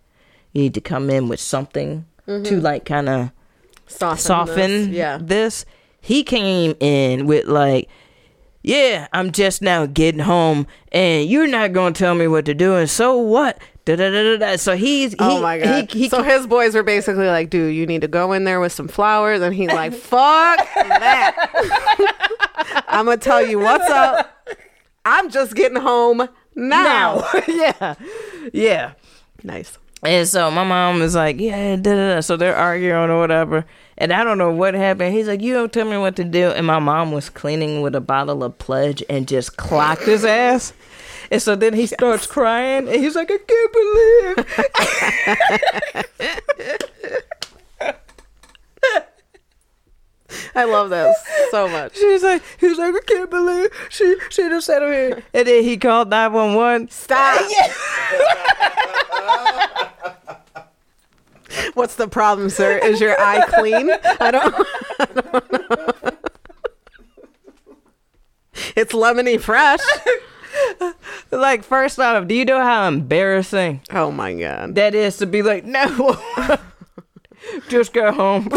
[SPEAKER 2] you need to come in with something to like kind of
[SPEAKER 1] Soften.
[SPEAKER 2] soften
[SPEAKER 1] This. Mm-hmm. Yeah.
[SPEAKER 2] this. He came in with like, yeah, I'm just now getting home, and you're not gonna tell me what to do, and so what? Da da da da da. So he's he,
[SPEAKER 1] oh my god.
[SPEAKER 2] he, he
[SPEAKER 1] so his boys were basically like, "Dude, you need to go in there with some flowers," and he's like, "Fuck that! I'm gonna tell you what's up. I'm just getting home now.
[SPEAKER 2] Now. yeah. Yeah.
[SPEAKER 1] Nice.
[SPEAKER 2] And so my mom was like, yeah, da, da, da. so they're arguing or whatever. And I don't know what happened. He's like, you don't tell me what to do. And my mom was cleaning with a bottle of Pledge and just clocked his ass. And so then he starts crying and he's like, I can't believe.
[SPEAKER 1] I love this so much.
[SPEAKER 2] She's like, he's like, I can't believe she she just sat him here. And then he called 911.
[SPEAKER 1] Stop. What's the problem, sir? Is your eye clean? I don't. I don't know. It's lemony fresh.
[SPEAKER 2] Like, first off, do you know how embarrassing
[SPEAKER 1] Oh my god.
[SPEAKER 2] that is to be like, no, just go home.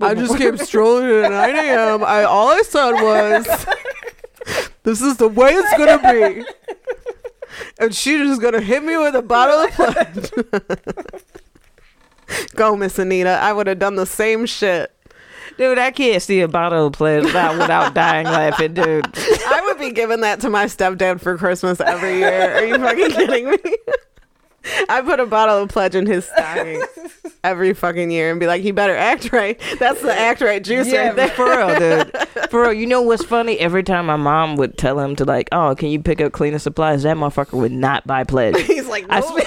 [SPEAKER 1] I just kept strolling at 9 a.m. I all I said was, "This is the way it's gonna be," and she just gonna hit me with a bottle of blood. Go, Miss Anita. I would have done the same shit.
[SPEAKER 2] Dude, I can't see a bottle of Pledge without, without dying laughing, dude.
[SPEAKER 1] I would be giving that to my stepdad for Christmas every year. Are you fucking kidding me? I put a bottle of pledge in his stocking every fucking year and be like, he better act right. That's the act right juice
[SPEAKER 2] Yeah,
[SPEAKER 1] right there.
[SPEAKER 2] for real, dude. For real, you know what's funny? Every time my mom would tell him to like, oh, can you pick up cleaning supplies? That motherfucker would not buy Pledge.
[SPEAKER 1] He's like,
[SPEAKER 2] I
[SPEAKER 1] "No,
[SPEAKER 2] swear.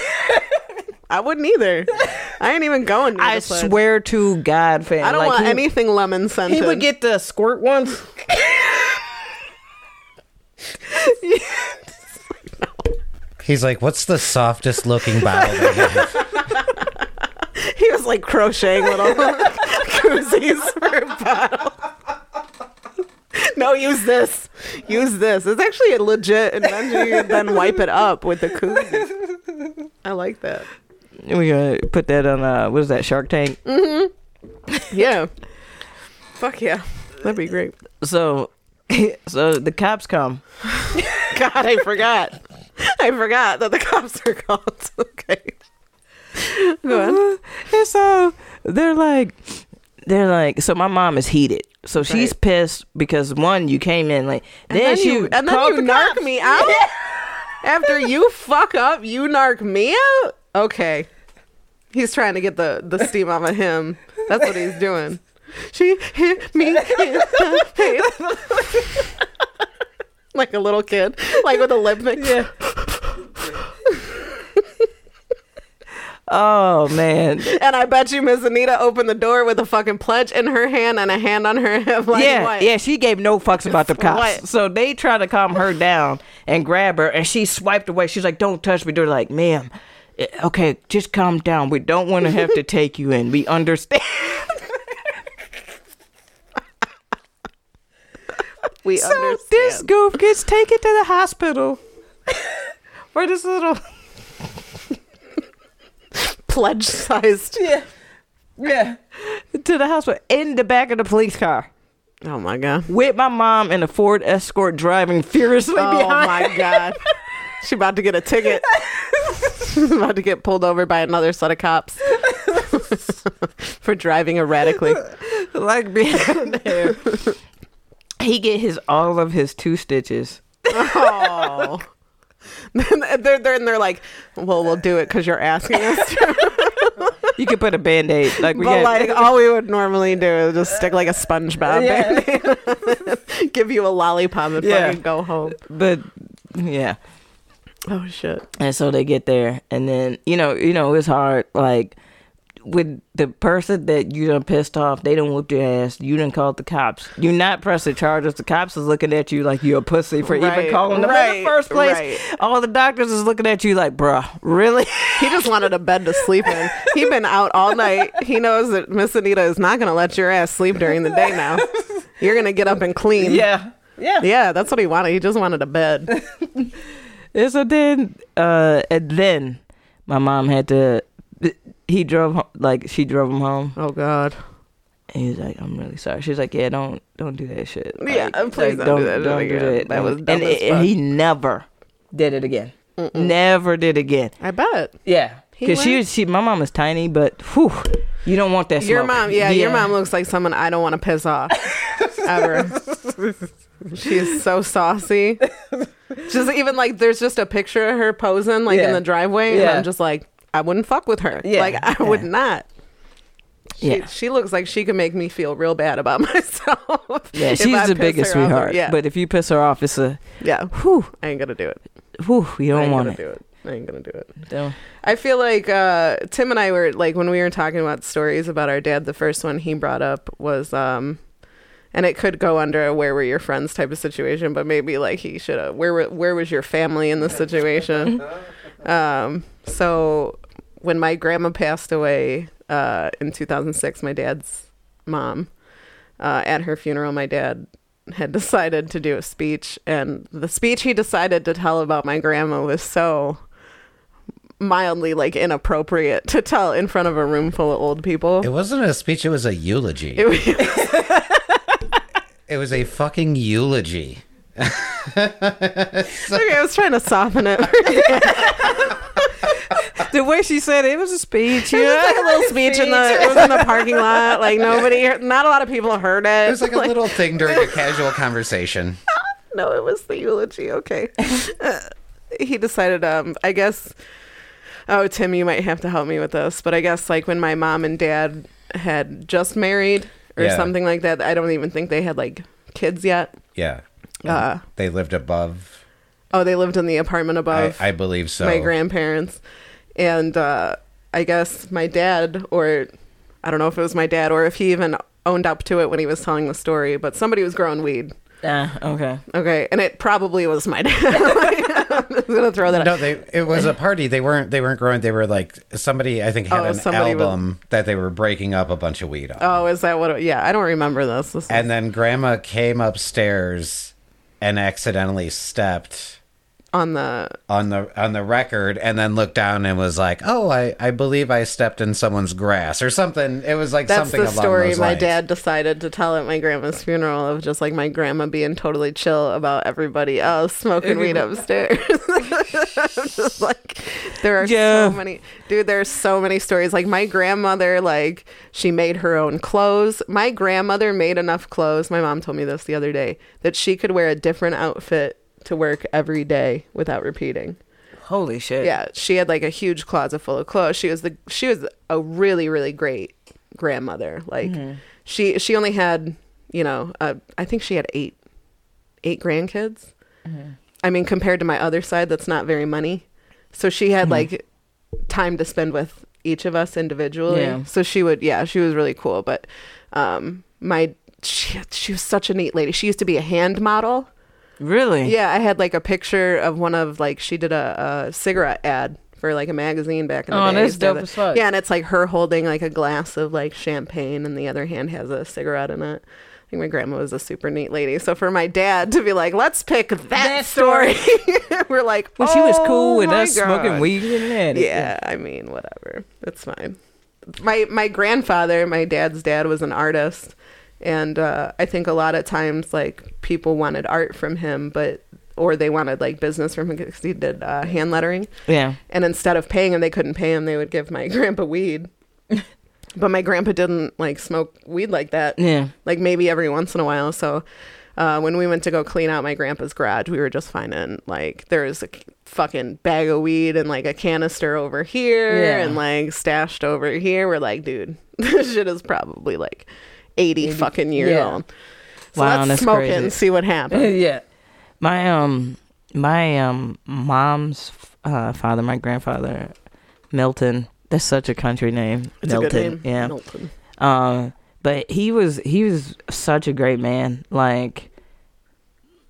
[SPEAKER 1] I wouldn't either. I ain't even going. near
[SPEAKER 2] I
[SPEAKER 1] the pledge.
[SPEAKER 2] swear to God, fam.
[SPEAKER 1] I don't
[SPEAKER 2] like,
[SPEAKER 1] want
[SPEAKER 2] he,
[SPEAKER 1] anything lemon scented.
[SPEAKER 2] He would get the squirt ones.
[SPEAKER 3] He's like, what's the softest looking bottle they have?
[SPEAKER 1] He was like crocheting little koozies for a bottle. No, use this. Use this. It's actually a legit invention. You then wipe it up with the koozie. I like that.
[SPEAKER 2] We gonna put that on uh, what is that Shark Tank?
[SPEAKER 1] Yeah. Fuck yeah. That'd be great.
[SPEAKER 2] So, so the cops come.
[SPEAKER 1] God, I forgot. I forgot that the cops are called. okay. Go on.
[SPEAKER 2] And so they're like, they're like, so my mom is heated. So she's
[SPEAKER 1] Right.
[SPEAKER 2] pissed because one, you came in like, then, she you,
[SPEAKER 1] and then
[SPEAKER 2] called
[SPEAKER 1] you
[SPEAKER 2] the
[SPEAKER 1] narc
[SPEAKER 2] cops.
[SPEAKER 1] me out. After you fuck up, you narc me out. Okay, he's trying to get the the steam out of him. That's what he's doing. She hit me in the face. like a little kid, like with a lip mix. Yeah.
[SPEAKER 2] Oh man,
[SPEAKER 1] And I bet you Miss Anita opened the door with a fucking pledge in her hand and a hand on her hip. Like,
[SPEAKER 2] yeah,
[SPEAKER 1] what?
[SPEAKER 2] yeah. She gave no fucks about the cops.
[SPEAKER 1] What?
[SPEAKER 2] So they try to calm her down and grab her, and she swiped away. She's like, "Don't touch me." They're like, "Ma'am, eh, okay, just calm down. We don't want to have to take you in. We understand."
[SPEAKER 1] We
[SPEAKER 2] So
[SPEAKER 1] understand.
[SPEAKER 2] this goof gets taken to the hospital. Where this little
[SPEAKER 1] pledge sized.
[SPEAKER 2] yeah yeah to the hospital in the back of the police car
[SPEAKER 1] Oh my god.
[SPEAKER 2] with my mom and a Ford Escort driving furiously
[SPEAKER 1] Oh
[SPEAKER 2] behind.
[SPEAKER 1] my god. She about to get a ticket. She's about to get pulled over by another set of cops for driving erratically.
[SPEAKER 2] like being there. he get his all of his two stitches.
[SPEAKER 1] Oh. they're, they're, and they're like, well, we'll do it because you're asking us to.
[SPEAKER 2] You could put a band aid like we
[SPEAKER 1] But
[SPEAKER 2] got.
[SPEAKER 1] like, oh. all we would normally do is just stick like a SpongeBob
[SPEAKER 2] Yeah.
[SPEAKER 1] Band-Aid. give you a lollipop and
[SPEAKER 2] Yeah.
[SPEAKER 1] fucking go home.
[SPEAKER 2] but yeah,
[SPEAKER 1] Oh shit.
[SPEAKER 2] and so they get there, and then you know, you know, it's hard like. With the person that you done pissed off, they done whooped your ass. You done called the cops. You not pressing charges. The cops is looking at you like you a pussy for
[SPEAKER 1] Right,
[SPEAKER 2] even calling them in
[SPEAKER 1] right,
[SPEAKER 2] the first place.
[SPEAKER 1] right.
[SPEAKER 2] All the doctors is looking at you like, bruh, really?
[SPEAKER 1] He just wanted a bed to sleep in. He been out all night. He knows that Miss Anita is not gonna let your ass sleep during the day now. You're gonna get up and clean.
[SPEAKER 2] yeah, yeah.
[SPEAKER 1] Yeah, that's what he wanted. He just wanted a bed.
[SPEAKER 2] And so then, uh, and then my mom had to. He drove ho- like she drove him home.
[SPEAKER 1] Oh God.
[SPEAKER 2] And he's like, "I'm really sorry." She's like, "Yeah, don't don't do that shit." Like,
[SPEAKER 1] Yeah, please don't do that shit again. That was dumb
[SPEAKER 2] and,
[SPEAKER 1] as
[SPEAKER 2] and he never did it again. Never did again.
[SPEAKER 1] I bet.
[SPEAKER 2] Yeah,
[SPEAKER 1] He
[SPEAKER 2] because she
[SPEAKER 1] went-
[SPEAKER 2] was she. My mom is tiny, but whew, you don't want that.
[SPEAKER 1] Your
[SPEAKER 2] smoke.
[SPEAKER 1] mom, yeah, your mom looks like someone I don't want to piss off ever. She's so saucy. Just even like there's just a picture of her posing like in
[SPEAKER 2] Yeah.
[SPEAKER 1] the driveway, and
[SPEAKER 2] Yeah.
[SPEAKER 1] I'm just like, I wouldn't fuck with her.
[SPEAKER 2] Yeah,
[SPEAKER 1] Like I
[SPEAKER 2] yeah.
[SPEAKER 1] would not. She,
[SPEAKER 2] Yeah.
[SPEAKER 1] she looks like she could make me feel real bad about myself.
[SPEAKER 2] Yeah,
[SPEAKER 1] if
[SPEAKER 2] she's
[SPEAKER 1] I
[SPEAKER 2] the
[SPEAKER 1] piss
[SPEAKER 2] biggest
[SPEAKER 1] her off.
[SPEAKER 2] sweetheart.
[SPEAKER 1] Yeah,
[SPEAKER 2] But if you piss her off, it's a
[SPEAKER 1] yeah.
[SPEAKER 2] whew,
[SPEAKER 1] I ain't gonna do it.
[SPEAKER 2] whew, you
[SPEAKER 1] I
[SPEAKER 2] don't
[SPEAKER 1] ain't
[SPEAKER 2] want
[SPEAKER 1] gonna
[SPEAKER 2] it.
[SPEAKER 1] do it. I ain't gonna do it.
[SPEAKER 2] Don't-
[SPEAKER 1] I feel like uh, Tim and I were like when we were talking about stories about our dad. The first one he brought up was, um, and it could go under a "Where were your friends?" type of situation, but maybe like he should have. Where were, where was your family in this situation? um, so when my grandma passed away uh, in 2006, my dad's mom, uh, at her funeral, my dad had decided to do a speech, and the speech he decided to tell about my grandma was so mildly like inappropriate to tell in front of a room full of old people.
[SPEAKER 3] It wasn't a speech, it was a eulogy.
[SPEAKER 1] It was-
[SPEAKER 3] It was a fucking eulogy.
[SPEAKER 1] okay, I was trying to soften it. it
[SPEAKER 2] The way she said it, it was a speech.
[SPEAKER 1] was
[SPEAKER 2] Yeah.
[SPEAKER 1] like a little speech in the it was in the parking lot. Like nobody, not a lot of people heard it.
[SPEAKER 3] It was like a little thing during a casual conversation.
[SPEAKER 1] no, it was the eulogy. Okay. Uh, he decided, um, I guess, oh, Tim, you might have to help me with this, but I guess like when my mom and dad had just married or
[SPEAKER 3] Yeah.
[SPEAKER 1] something like that, I don't even think they had like kids yet.
[SPEAKER 3] Yeah.
[SPEAKER 1] Uh,
[SPEAKER 3] they lived above,
[SPEAKER 1] oh, they lived in the apartment
[SPEAKER 3] I,
[SPEAKER 1] above.
[SPEAKER 3] I believe so.
[SPEAKER 1] my grandparents and uh, i guess my dad or i don't know if it was my dad or if he even owned up to it when he was telling the story but somebody was growing weed
[SPEAKER 2] Ah, okay.
[SPEAKER 1] okay and it probably was my dad i'm just gonna throw that out
[SPEAKER 3] No, they it was a party. They weren't they weren't growing. They were like somebody I think had
[SPEAKER 1] Oh,
[SPEAKER 3] an
[SPEAKER 1] somebody was-
[SPEAKER 3] album that they were breaking up a bunch of weed on.
[SPEAKER 1] oh is that what it, yeah i don't remember this, This is-
[SPEAKER 3] And then grandma came upstairs and accidentally stepped
[SPEAKER 1] on the
[SPEAKER 3] on the on the record and then looked down and was like, "Oh, I I believe I stepped in someone's grass or something." It was like
[SPEAKER 1] that's
[SPEAKER 3] something
[SPEAKER 1] the
[SPEAKER 3] along
[SPEAKER 1] story
[SPEAKER 3] those
[SPEAKER 1] my
[SPEAKER 3] lines.
[SPEAKER 1] dad decided to tell at my grandma's funeral of just like my grandma being totally chill about everybody else smoking weed upstairs. I'm just like there are
[SPEAKER 2] Yeah.
[SPEAKER 1] so many dude, there's so many stories. Like my grandmother, like she made her own clothes. My grandmother made enough clothes, my mom told me this the other day, that she could wear a different outfit to work every day without repeating.
[SPEAKER 2] Holy shit.
[SPEAKER 1] Yeah, she had like a huge closet full of clothes. She was the she was a really really great grandmother. Like
[SPEAKER 2] Mm-hmm.
[SPEAKER 1] she she only had you know uh, I think she had eight eight grandkids.
[SPEAKER 2] Mm-hmm.
[SPEAKER 1] I mean, compared to my other side, that's not very many. So she
[SPEAKER 2] Mm-hmm.
[SPEAKER 1] had like time to spend with each of us individually.
[SPEAKER 2] Yeah.
[SPEAKER 1] So she would yeah she was really cool. But um my she, she was such a neat lady. She used to be a hand model.
[SPEAKER 2] Really?
[SPEAKER 1] Yeah, I had like a picture of one of like she did a, a cigarette ad for like a magazine back in the
[SPEAKER 2] Oh,
[SPEAKER 1] day.
[SPEAKER 2] that's
[SPEAKER 1] So
[SPEAKER 2] dope
[SPEAKER 1] the-
[SPEAKER 2] as fuck.
[SPEAKER 1] Yeah, and it's like her holding like a glass of like champagne, and the other hand has a cigarette in it. I think my grandma was a super neat lady. So for my dad to be like, "Let's pick that,
[SPEAKER 2] That
[SPEAKER 1] story," we're like,
[SPEAKER 2] Well, she was
[SPEAKER 1] "Oh
[SPEAKER 2] cool with
[SPEAKER 1] my
[SPEAKER 2] us smoking
[SPEAKER 1] God."
[SPEAKER 2] weed and that.
[SPEAKER 1] Yeah, I mean, whatever. It's fine. My my grandfather, my dad's dad, was an artist, and uh, I think a lot of times like people wanted art from him, but or they wanted like business from him because he did uh, hand lettering,
[SPEAKER 2] Yeah.
[SPEAKER 1] and instead of paying him, they couldn't pay him. They would give my grandpa weed, but my grandpa didn't like smoke weed like that
[SPEAKER 2] Yeah.
[SPEAKER 1] like maybe every once in a while. So uh, when we went to go clean out my grandpa's garage, we were just finding like there was a c- fucking bag of weed and like a canister over here
[SPEAKER 2] Yeah.
[SPEAKER 1] and like stashed over here. We're like, dude, this shit is probably like 80, fucking years
[SPEAKER 2] yeah.
[SPEAKER 1] old. So
[SPEAKER 2] Wow,
[SPEAKER 1] let's
[SPEAKER 2] that's
[SPEAKER 1] smoke it
[SPEAKER 2] crazy.
[SPEAKER 1] and see what
[SPEAKER 2] Yeah.
[SPEAKER 1] happens.
[SPEAKER 2] yeah. My um my um mom's uh father, my grandfather, Milton. That's such a country name.
[SPEAKER 1] It's
[SPEAKER 2] Milton.
[SPEAKER 1] a good name.
[SPEAKER 2] Yeah.
[SPEAKER 1] Milton.
[SPEAKER 2] Um, but he was he was such a great man. Like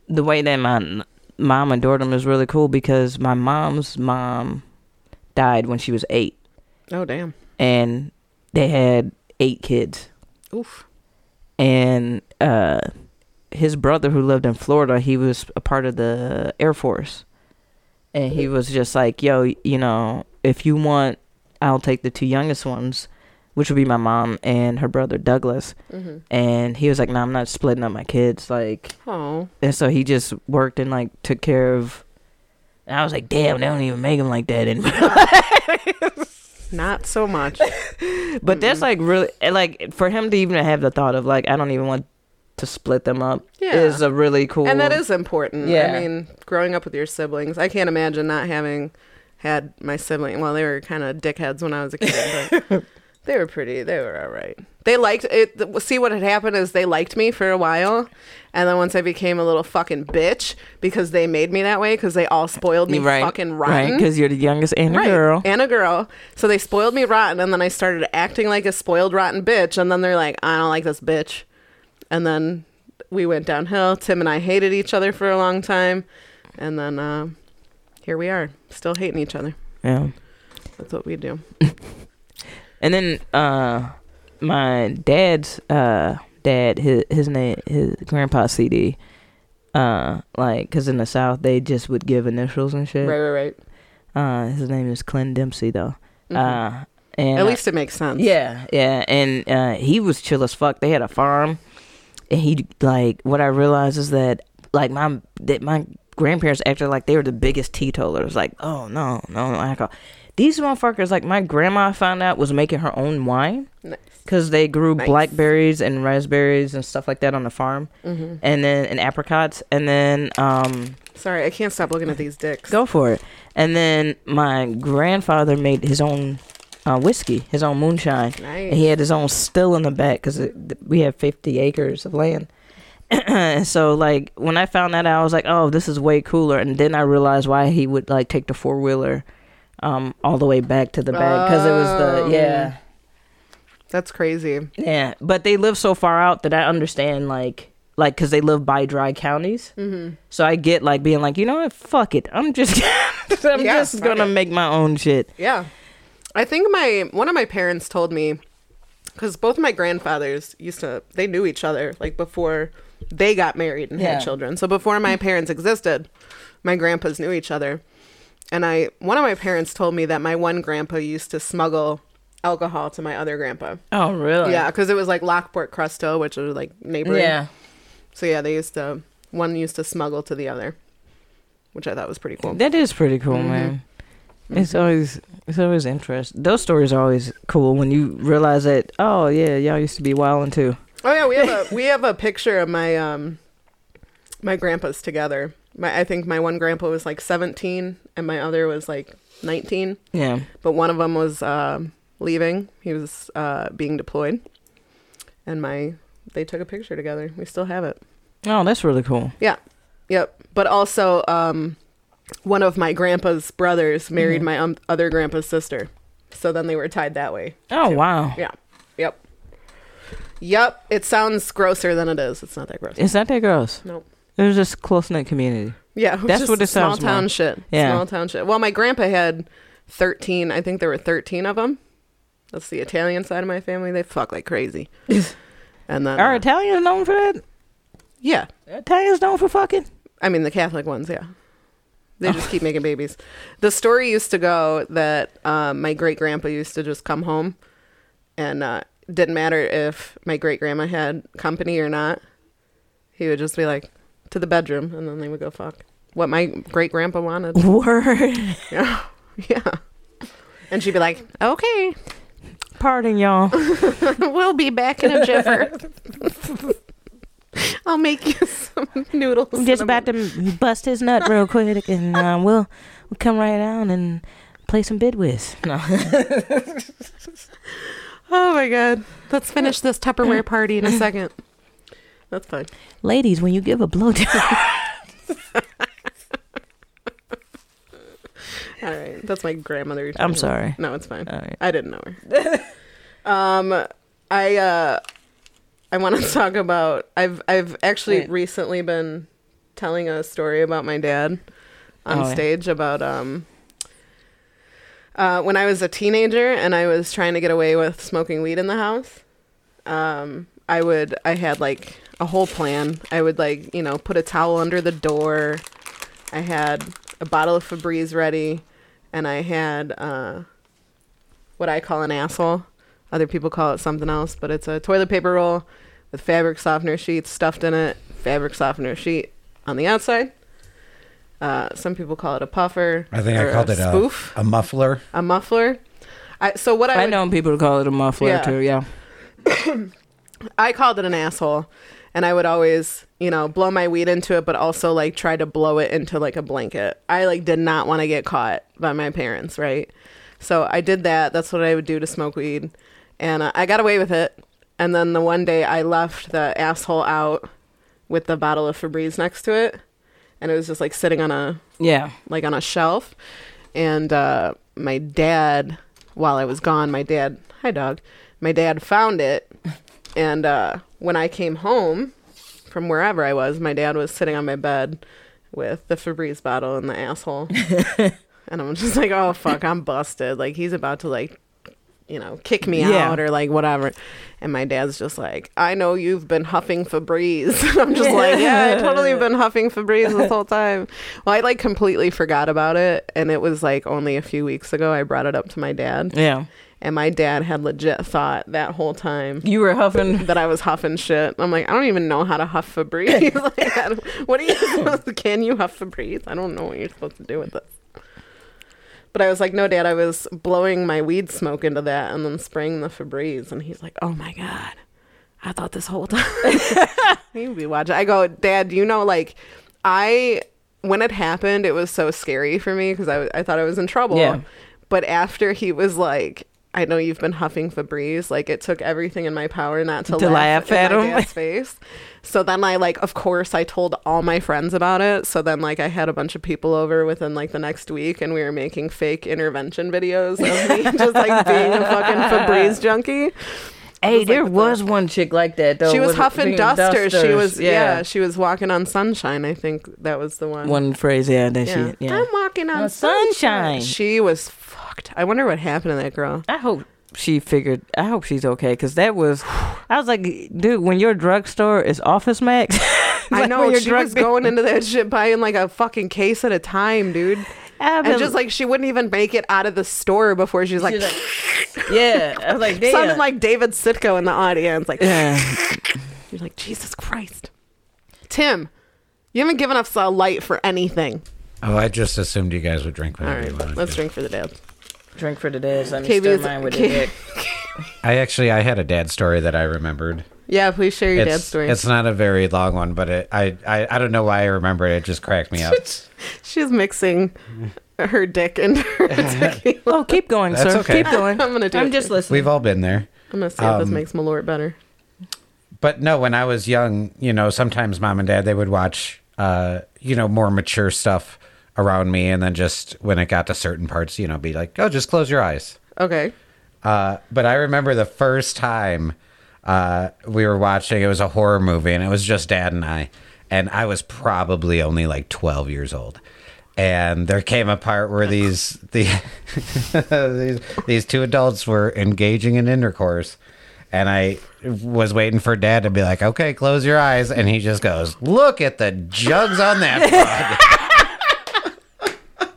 [SPEAKER 2] the way that my mom adored him is really cool because my mom's mom died when she was eight,
[SPEAKER 1] Oh damn.
[SPEAKER 2] and they had eight kids.
[SPEAKER 1] Oof.
[SPEAKER 2] And uh, his brother who lived in Florida, he was a part of the Air Force, and he was just like, "Yo, you know, if you want, I'll take the two youngest ones." Which would be my mom and her brother Douglas,
[SPEAKER 1] hmm
[SPEAKER 2] and he was like, "No, I'm not splitting up my kids." Like,
[SPEAKER 1] Oh.
[SPEAKER 2] and so he just worked and like took care of. And I was like, "Damn, they don't even make them like that." And
[SPEAKER 1] Not so much.
[SPEAKER 2] but that's like really and, like for him to even have the thought of like, I don't even want to split them up
[SPEAKER 1] Yeah.
[SPEAKER 2] is a really cool.
[SPEAKER 1] And that is important.
[SPEAKER 2] Yeah.
[SPEAKER 1] I mean, growing up with your siblings, I can't imagine not having had my sibling. Well, they were kind of dickheads when I was a kid, but they were pretty. They were all right. They liked it. th- See, what had happened is they liked me for a while. And then once I became a little fucking bitch because they made me that way because they all spoiled me
[SPEAKER 2] right,
[SPEAKER 1] fucking rotten.
[SPEAKER 2] right? Because you're the youngest and a girl.
[SPEAKER 1] And a girl. So they spoiled me rotten, and then I started acting like a spoiled rotten bitch. And then they're like, I don't like this bitch. And then we went downhill. Tim and I hated each other for a long time. And then uh, here we are, still hating each other.
[SPEAKER 2] yeah.
[SPEAKER 1] That's what we do.
[SPEAKER 2] And then uh, my dad's uh, dad, his, his name, his grandpa CD, uh, like, because in the South they just would give initials and shit.
[SPEAKER 1] Right, right, right.
[SPEAKER 2] Uh, his name is Clint Dempsey though.
[SPEAKER 1] Mhm.
[SPEAKER 2] Uh, and
[SPEAKER 1] At least it makes sense.
[SPEAKER 2] yeah, yeah, and uh, he was chill as fuck. They had a farm, and he like what I realized is that like my that my grandparents acted like they were the biggest teetotalers. Like, oh no, no, no alcohol. These motherfuckers, like my grandma found out was making her own wine
[SPEAKER 1] Nice.
[SPEAKER 2] because they grew
[SPEAKER 1] Nice.
[SPEAKER 2] blackberries and raspberries and stuff like that on the farm,
[SPEAKER 1] hmm
[SPEAKER 2] and then and apricots, and then um.
[SPEAKER 1] Sorry, I can't stop looking at these dicks.
[SPEAKER 2] Go for it. And then my grandfather made his own uh, whiskey, his own moonshine.
[SPEAKER 1] Nice.
[SPEAKER 2] And he had his own still in the back because we had 50 acres of land. And so, like, when I found that out, I was like, oh, this is way cooler. And then I realized why he would, like, take the four wheeler um, all the way back to the back because it was
[SPEAKER 1] Oh.
[SPEAKER 2] the, yeah.
[SPEAKER 1] That's crazy.
[SPEAKER 2] Yeah. But they live so far out that I understand, like, like, because they live by dry counties.
[SPEAKER 1] Mm-hmm.
[SPEAKER 2] So I get like being like, you know what? Fuck it. I'm just, I'm
[SPEAKER 1] Yeah,
[SPEAKER 2] just
[SPEAKER 1] fuck
[SPEAKER 2] gonna
[SPEAKER 1] it.
[SPEAKER 2] make my own shit.
[SPEAKER 1] Yeah. I think my one of my parents told me cuz both my grandfathers used to they knew each other like before they got married and
[SPEAKER 2] Yeah.
[SPEAKER 1] had children. So before my parents existed, my grandpas knew each other. And I one of my parents told me that my one grandpa used to smuggle alcohol to my other grandpa.
[SPEAKER 2] Oh really?
[SPEAKER 1] Yeah, cuz it was like Lockport Cresto, which was like neighboring.
[SPEAKER 2] Yeah.
[SPEAKER 1] So yeah, they used to one used to smuggle to the other, which I thought was pretty cool.
[SPEAKER 2] That is pretty cool, Mm-hmm. man. It's always it's always interesting. Those stories are always cool when you realize that. Oh yeah, y'all used to be wilding too.
[SPEAKER 1] Oh yeah, we have a we have a picture of my um my grandpas together. My I think my one grandpa was like 17 and my other was like 19,
[SPEAKER 2] Yeah.
[SPEAKER 1] but one of them was um leaving. He was uh, being deployed. And my they took a picture together. We still have it.
[SPEAKER 2] Oh, that's really cool.
[SPEAKER 1] Yep. But also um one of my grandpa's brothers married
[SPEAKER 2] Mhm.
[SPEAKER 1] my um, other grandpa's sister. So then they were tied that way.
[SPEAKER 2] Oh wow.
[SPEAKER 1] Yeah. Yep. Yep, it sounds grosser than it is. It's not that gross.
[SPEAKER 2] Is that that gross?
[SPEAKER 1] Nope.
[SPEAKER 2] It was just close knit community.
[SPEAKER 1] Yeah, it was
[SPEAKER 2] That's
[SPEAKER 1] just
[SPEAKER 2] what it
[SPEAKER 1] small
[SPEAKER 2] sounds
[SPEAKER 1] town
[SPEAKER 2] more.
[SPEAKER 1] shit.
[SPEAKER 2] Yeah.
[SPEAKER 1] small town shit. Well, my grandpa had thirteen. I think there were thirteen of them. That's the Italian side of my family. They fuck like crazy. and then,
[SPEAKER 2] Are
[SPEAKER 1] uh,
[SPEAKER 2] Italians known for that?
[SPEAKER 1] yeah,
[SPEAKER 2] Italians known for fucking?
[SPEAKER 1] I mean the Catholic ones. Yeah, they
[SPEAKER 2] Oh.
[SPEAKER 1] just keep making babies. The story used to go that um, my great grandpa used to just come home, and uh, didn't matter if my great grandma had company or not. He would just be like to the bedroom, and then they would go fuck. What my great grandpa wanted.
[SPEAKER 2] Word.
[SPEAKER 1] Yeah. Yeah. And she'd be like, okay,
[SPEAKER 2] Pardon y'all.
[SPEAKER 1] we'll be back in a jiffer. I'll make you some noodles.
[SPEAKER 2] I'm just about to bust his nut real quick, and uh, we'll, we'll come right down and play some bid whiz. No.
[SPEAKER 1] Oh my God. Let's finish this Tupperware party in a second. That's fine.
[SPEAKER 2] Ladies, when you give a blowjob.
[SPEAKER 1] All right. That's my grandmother. you're
[SPEAKER 2] I'm
[SPEAKER 1] talking
[SPEAKER 2] sorry.
[SPEAKER 1] about. No, it's fine.
[SPEAKER 2] All right.
[SPEAKER 1] I didn't know her. um, I, uh, I want to talk about, I've, I've actually
[SPEAKER 2] Wait.
[SPEAKER 1] recently been telling a story about my dad on
[SPEAKER 2] Oh, yeah.
[SPEAKER 1] stage about, um, uh, when I was a teenager and I was trying to get away with smoking weed in the house, um, I would I had like a whole plan. I would like you know put a towel under the door. I had a bottle of Febreze ready, and I had uh, what I call an asshole. Other people call it something else, but it's a toilet paper roll with fabric softener sheets stuffed in it. Fabric softener sheet on the outside. Uh, some people call it a puffer.
[SPEAKER 3] I think
[SPEAKER 1] or
[SPEAKER 3] I called it a,
[SPEAKER 1] spoof
[SPEAKER 3] a muffler.
[SPEAKER 1] a muffler. I, so what I,
[SPEAKER 2] I
[SPEAKER 1] would-
[SPEAKER 2] know people call it a muffler
[SPEAKER 1] Yeah.
[SPEAKER 2] too. Yeah.
[SPEAKER 1] I called it an asshole, and I would always, you know, blow my weed into it, but also like try to blow it into like a blanket. I like did not want to get caught by my parents, right? So I did that. That's what I would do to smoke weed, and uh, I got away with it. And then the one day I left the asshole out with the bottle of Febreze next to it, and it was just like sitting on a
[SPEAKER 2] Yeah.
[SPEAKER 1] like on a shelf. And uh, my dad, while I was gone, my dad, hi dog, my dad found it. And uh, when I came home from wherever I was, my dad was sitting on my bed with the Febreze bottle in the asshole. and I'm just like, oh fuck, I'm busted. Like he's about to like, you know, kick me
[SPEAKER 2] Yeah.
[SPEAKER 1] out or like whatever. And my dad's just like, I know you've been huffing Febreze. and I'm just like, yeah, I totally been huffing Febreze this whole time. Well, I like completely forgot about it, and it was like only a few weeks ago I brought it up to my dad,
[SPEAKER 2] Yeah.
[SPEAKER 1] and my dad had legit thought that whole time.
[SPEAKER 2] You were huffing.
[SPEAKER 1] That I was huffing shit. I'm like, I don't even know how to huff Febreze. like, I don't- what are you supposed to? Can you huff Febreze? I don't know what you're supposed to do with this. But I was like, no, Dad, I was blowing my weed smoke into that and then spraying the Febreze. And he's like, oh my God, I thought this whole time you'd be watching. I go, Dad, you know, like, I, when it happened, it was so scary for me because I, w- I thought I was in trouble.
[SPEAKER 2] Yeah.
[SPEAKER 1] But after he was like, I know you've been huffing Febreze, like, it took everything in my power not to,
[SPEAKER 2] To laugh
[SPEAKER 1] in
[SPEAKER 2] at
[SPEAKER 1] my
[SPEAKER 2] him.
[SPEAKER 1] dad's face. So then I like, of course, I told all my friends about it. So then like I had a bunch of people over within like the next week, and we were making fake intervention videos of me just like being a fucking Febreze junkie.
[SPEAKER 2] Hey,
[SPEAKER 1] like
[SPEAKER 2] there
[SPEAKER 1] the-
[SPEAKER 2] was one chick like that though.
[SPEAKER 1] she was
[SPEAKER 2] with it
[SPEAKER 1] huffing
[SPEAKER 2] being
[SPEAKER 1] dusters. She was yeah.
[SPEAKER 2] yeah.
[SPEAKER 1] She was walking on sunshine. I think that was the one.
[SPEAKER 2] One phrase, yeah, that
[SPEAKER 1] yeah.
[SPEAKER 2] shit. Yeah.
[SPEAKER 1] I'm walking on
[SPEAKER 2] On
[SPEAKER 1] sunshine.
[SPEAKER 2] sunshine.
[SPEAKER 1] She was fucked. I wonder what happened to that girl.
[SPEAKER 2] I hope she figured. I hope she's okay because that was. I was like, dude, when your drugstore is Office Max,
[SPEAKER 1] I
[SPEAKER 2] like
[SPEAKER 1] know
[SPEAKER 2] when your
[SPEAKER 1] she was going into that shit buying like a fucking case at a time, dude. And
[SPEAKER 2] I've been-
[SPEAKER 1] just like she wouldn't even make it out of the store before she was like,
[SPEAKER 2] She's yeah, I was like,
[SPEAKER 1] sounded
[SPEAKER 2] damn.
[SPEAKER 1] like David Sitko in the audience. Like
[SPEAKER 2] yeah.
[SPEAKER 1] you're like Jesus Christ, Tim, you haven't given us a light for anything.
[SPEAKER 3] Oh, I just assumed you guys would drink
[SPEAKER 1] All
[SPEAKER 3] whatever
[SPEAKER 1] right,
[SPEAKER 3] you wanted.
[SPEAKER 1] let's
[SPEAKER 3] to.
[SPEAKER 1] drink for the dads.
[SPEAKER 2] Drink for the dads. Let me
[SPEAKER 1] KB
[SPEAKER 2] stir
[SPEAKER 1] is-
[SPEAKER 2] mine with
[SPEAKER 1] K-
[SPEAKER 2] the dick.
[SPEAKER 3] I actually I had a dad story that I remembered.
[SPEAKER 1] Yeah, please share your
[SPEAKER 3] it's,
[SPEAKER 1] dad's story.
[SPEAKER 3] It's not a very long one, but it, I, I I don't know why I remember it. It just cracked me up.
[SPEAKER 1] She's mixing her dick and her tequila.
[SPEAKER 2] Oh, keep going,
[SPEAKER 3] That's
[SPEAKER 2] sir.
[SPEAKER 3] okay.
[SPEAKER 2] Keep going.
[SPEAKER 1] I'm gonna do
[SPEAKER 2] I'm
[SPEAKER 1] it.
[SPEAKER 2] just listening.
[SPEAKER 3] We've all been there.
[SPEAKER 1] I'm gonna see if
[SPEAKER 3] Um,
[SPEAKER 1] this makes Malort better.
[SPEAKER 3] But no, when I was young, you know, sometimes mom and dad they would watch uh, you know, more mature stuff around me and then just when it got to certain parts, you know, be like, "Oh, just close your eyes."
[SPEAKER 1] Okay.
[SPEAKER 3] Uh, but I remember the first time uh, we were watching, it was a horror movie, and it was just dad and I. And I was probably only like 12 years old. And there came a part where these, the, these these two adults were engaging in intercourse. And I was waiting for dad to be like, okay, close your eyes. And he just goes, look at the jugs on that frog.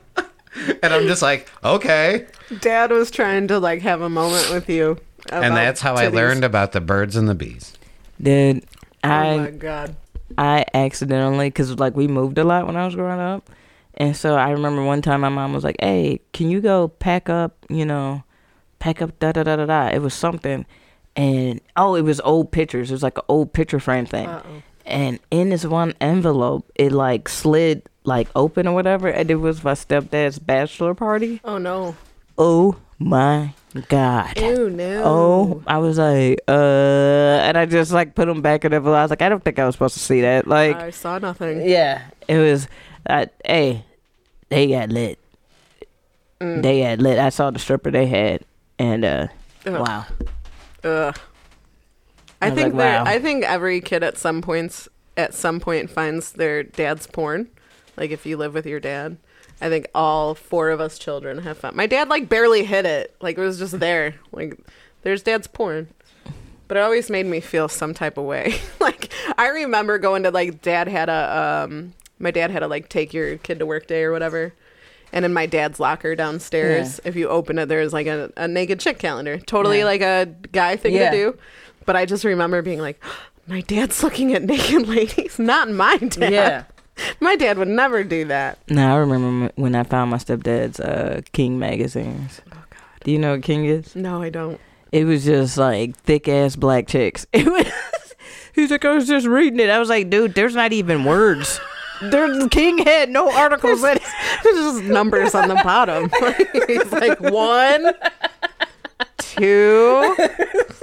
[SPEAKER 3] and I'm just like, okay.
[SPEAKER 1] Dad was trying to like have a moment with you.
[SPEAKER 3] and that's how I learned about the birds and the bees.
[SPEAKER 2] Dude,
[SPEAKER 1] Oh my
[SPEAKER 2] I
[SPEAKER 1] god.
[SPEAKER 2] I accidentally because like we moved a lot when I was growing up, and so I remember one time my mom was like, "Hey, can you go pack up? You know, pack up da da da da da." It was something, and oh, it was old pictures. It was like an old picture frame thing, and in this one envelope, it like slid like open or whatever, and it was my stepdad's bachelor party.
[SPEAKER 1] Oh no.
[SPEAKER 2] Oh my god.
[SPEAKER 1] Ew no.
[SPEAKER 2] Oh, I was like, uh, and I just like put them back in the envelope. I was like, I don't think I was supposed to see that. Like,
[SPEAKER 1] I saw nothing.
[SPEAKER 2] yeah, it was. Uh, hey, they got lit.
[SPEAKER 1] Mm.
[SPEAKER 2] They got lit. I saw the stripper they had, and uh,
[SPEAKER 1] Ugh.
[SPEAKER 2] wow.
[SPEAKER 1] Ugh. I,
[SPEAKER 2] I was
[SPEAKER 1] think
[SPEAKER 2] like,
[SPEAKER 1] that
[SPEAKER 2] wow.
[SPEAKER 1] I think every kid at some points at some point finds their dad's porn. Like if you live with your dad. I think all four of us children have found my dad like barely hit it. Like it was just there. Like there's dad's porn. But it always made me feel some type of way. like I remember going to like dad had a um my dad had a like take your kid to work day or whatever. And in my dad's locker downstairs, if you open it, there's like a, a naked chick calendar. Totally
[SPEAKER 2] Yeah.
[SPEAKER 1] like a guy thing
[SPEAKER 2] Yeah.
[SPEAKER 1] to do. But I just remember being like, my dad's looking at naked ladies, not my dad.
[SPEAKER 2] Yeah.
[SPEAKER 1] My dad would never do that.
[SPEAKER 2] Now I remember m- when I found my stepdad's uh King magazines.
[SPEAKER 1] Oh, God.
[SPEAKER 2] Do you know what King is?
[SPEAKER 1] No, I don't.
[SPEAKER 2] It was just like thick ass black chicks. It was. He's like, I was just reading it. I was like, dude, there's not even words. There's King had no articles in it.
[SPEAKER 1] There's just numbers on the bottom. He's like one, two.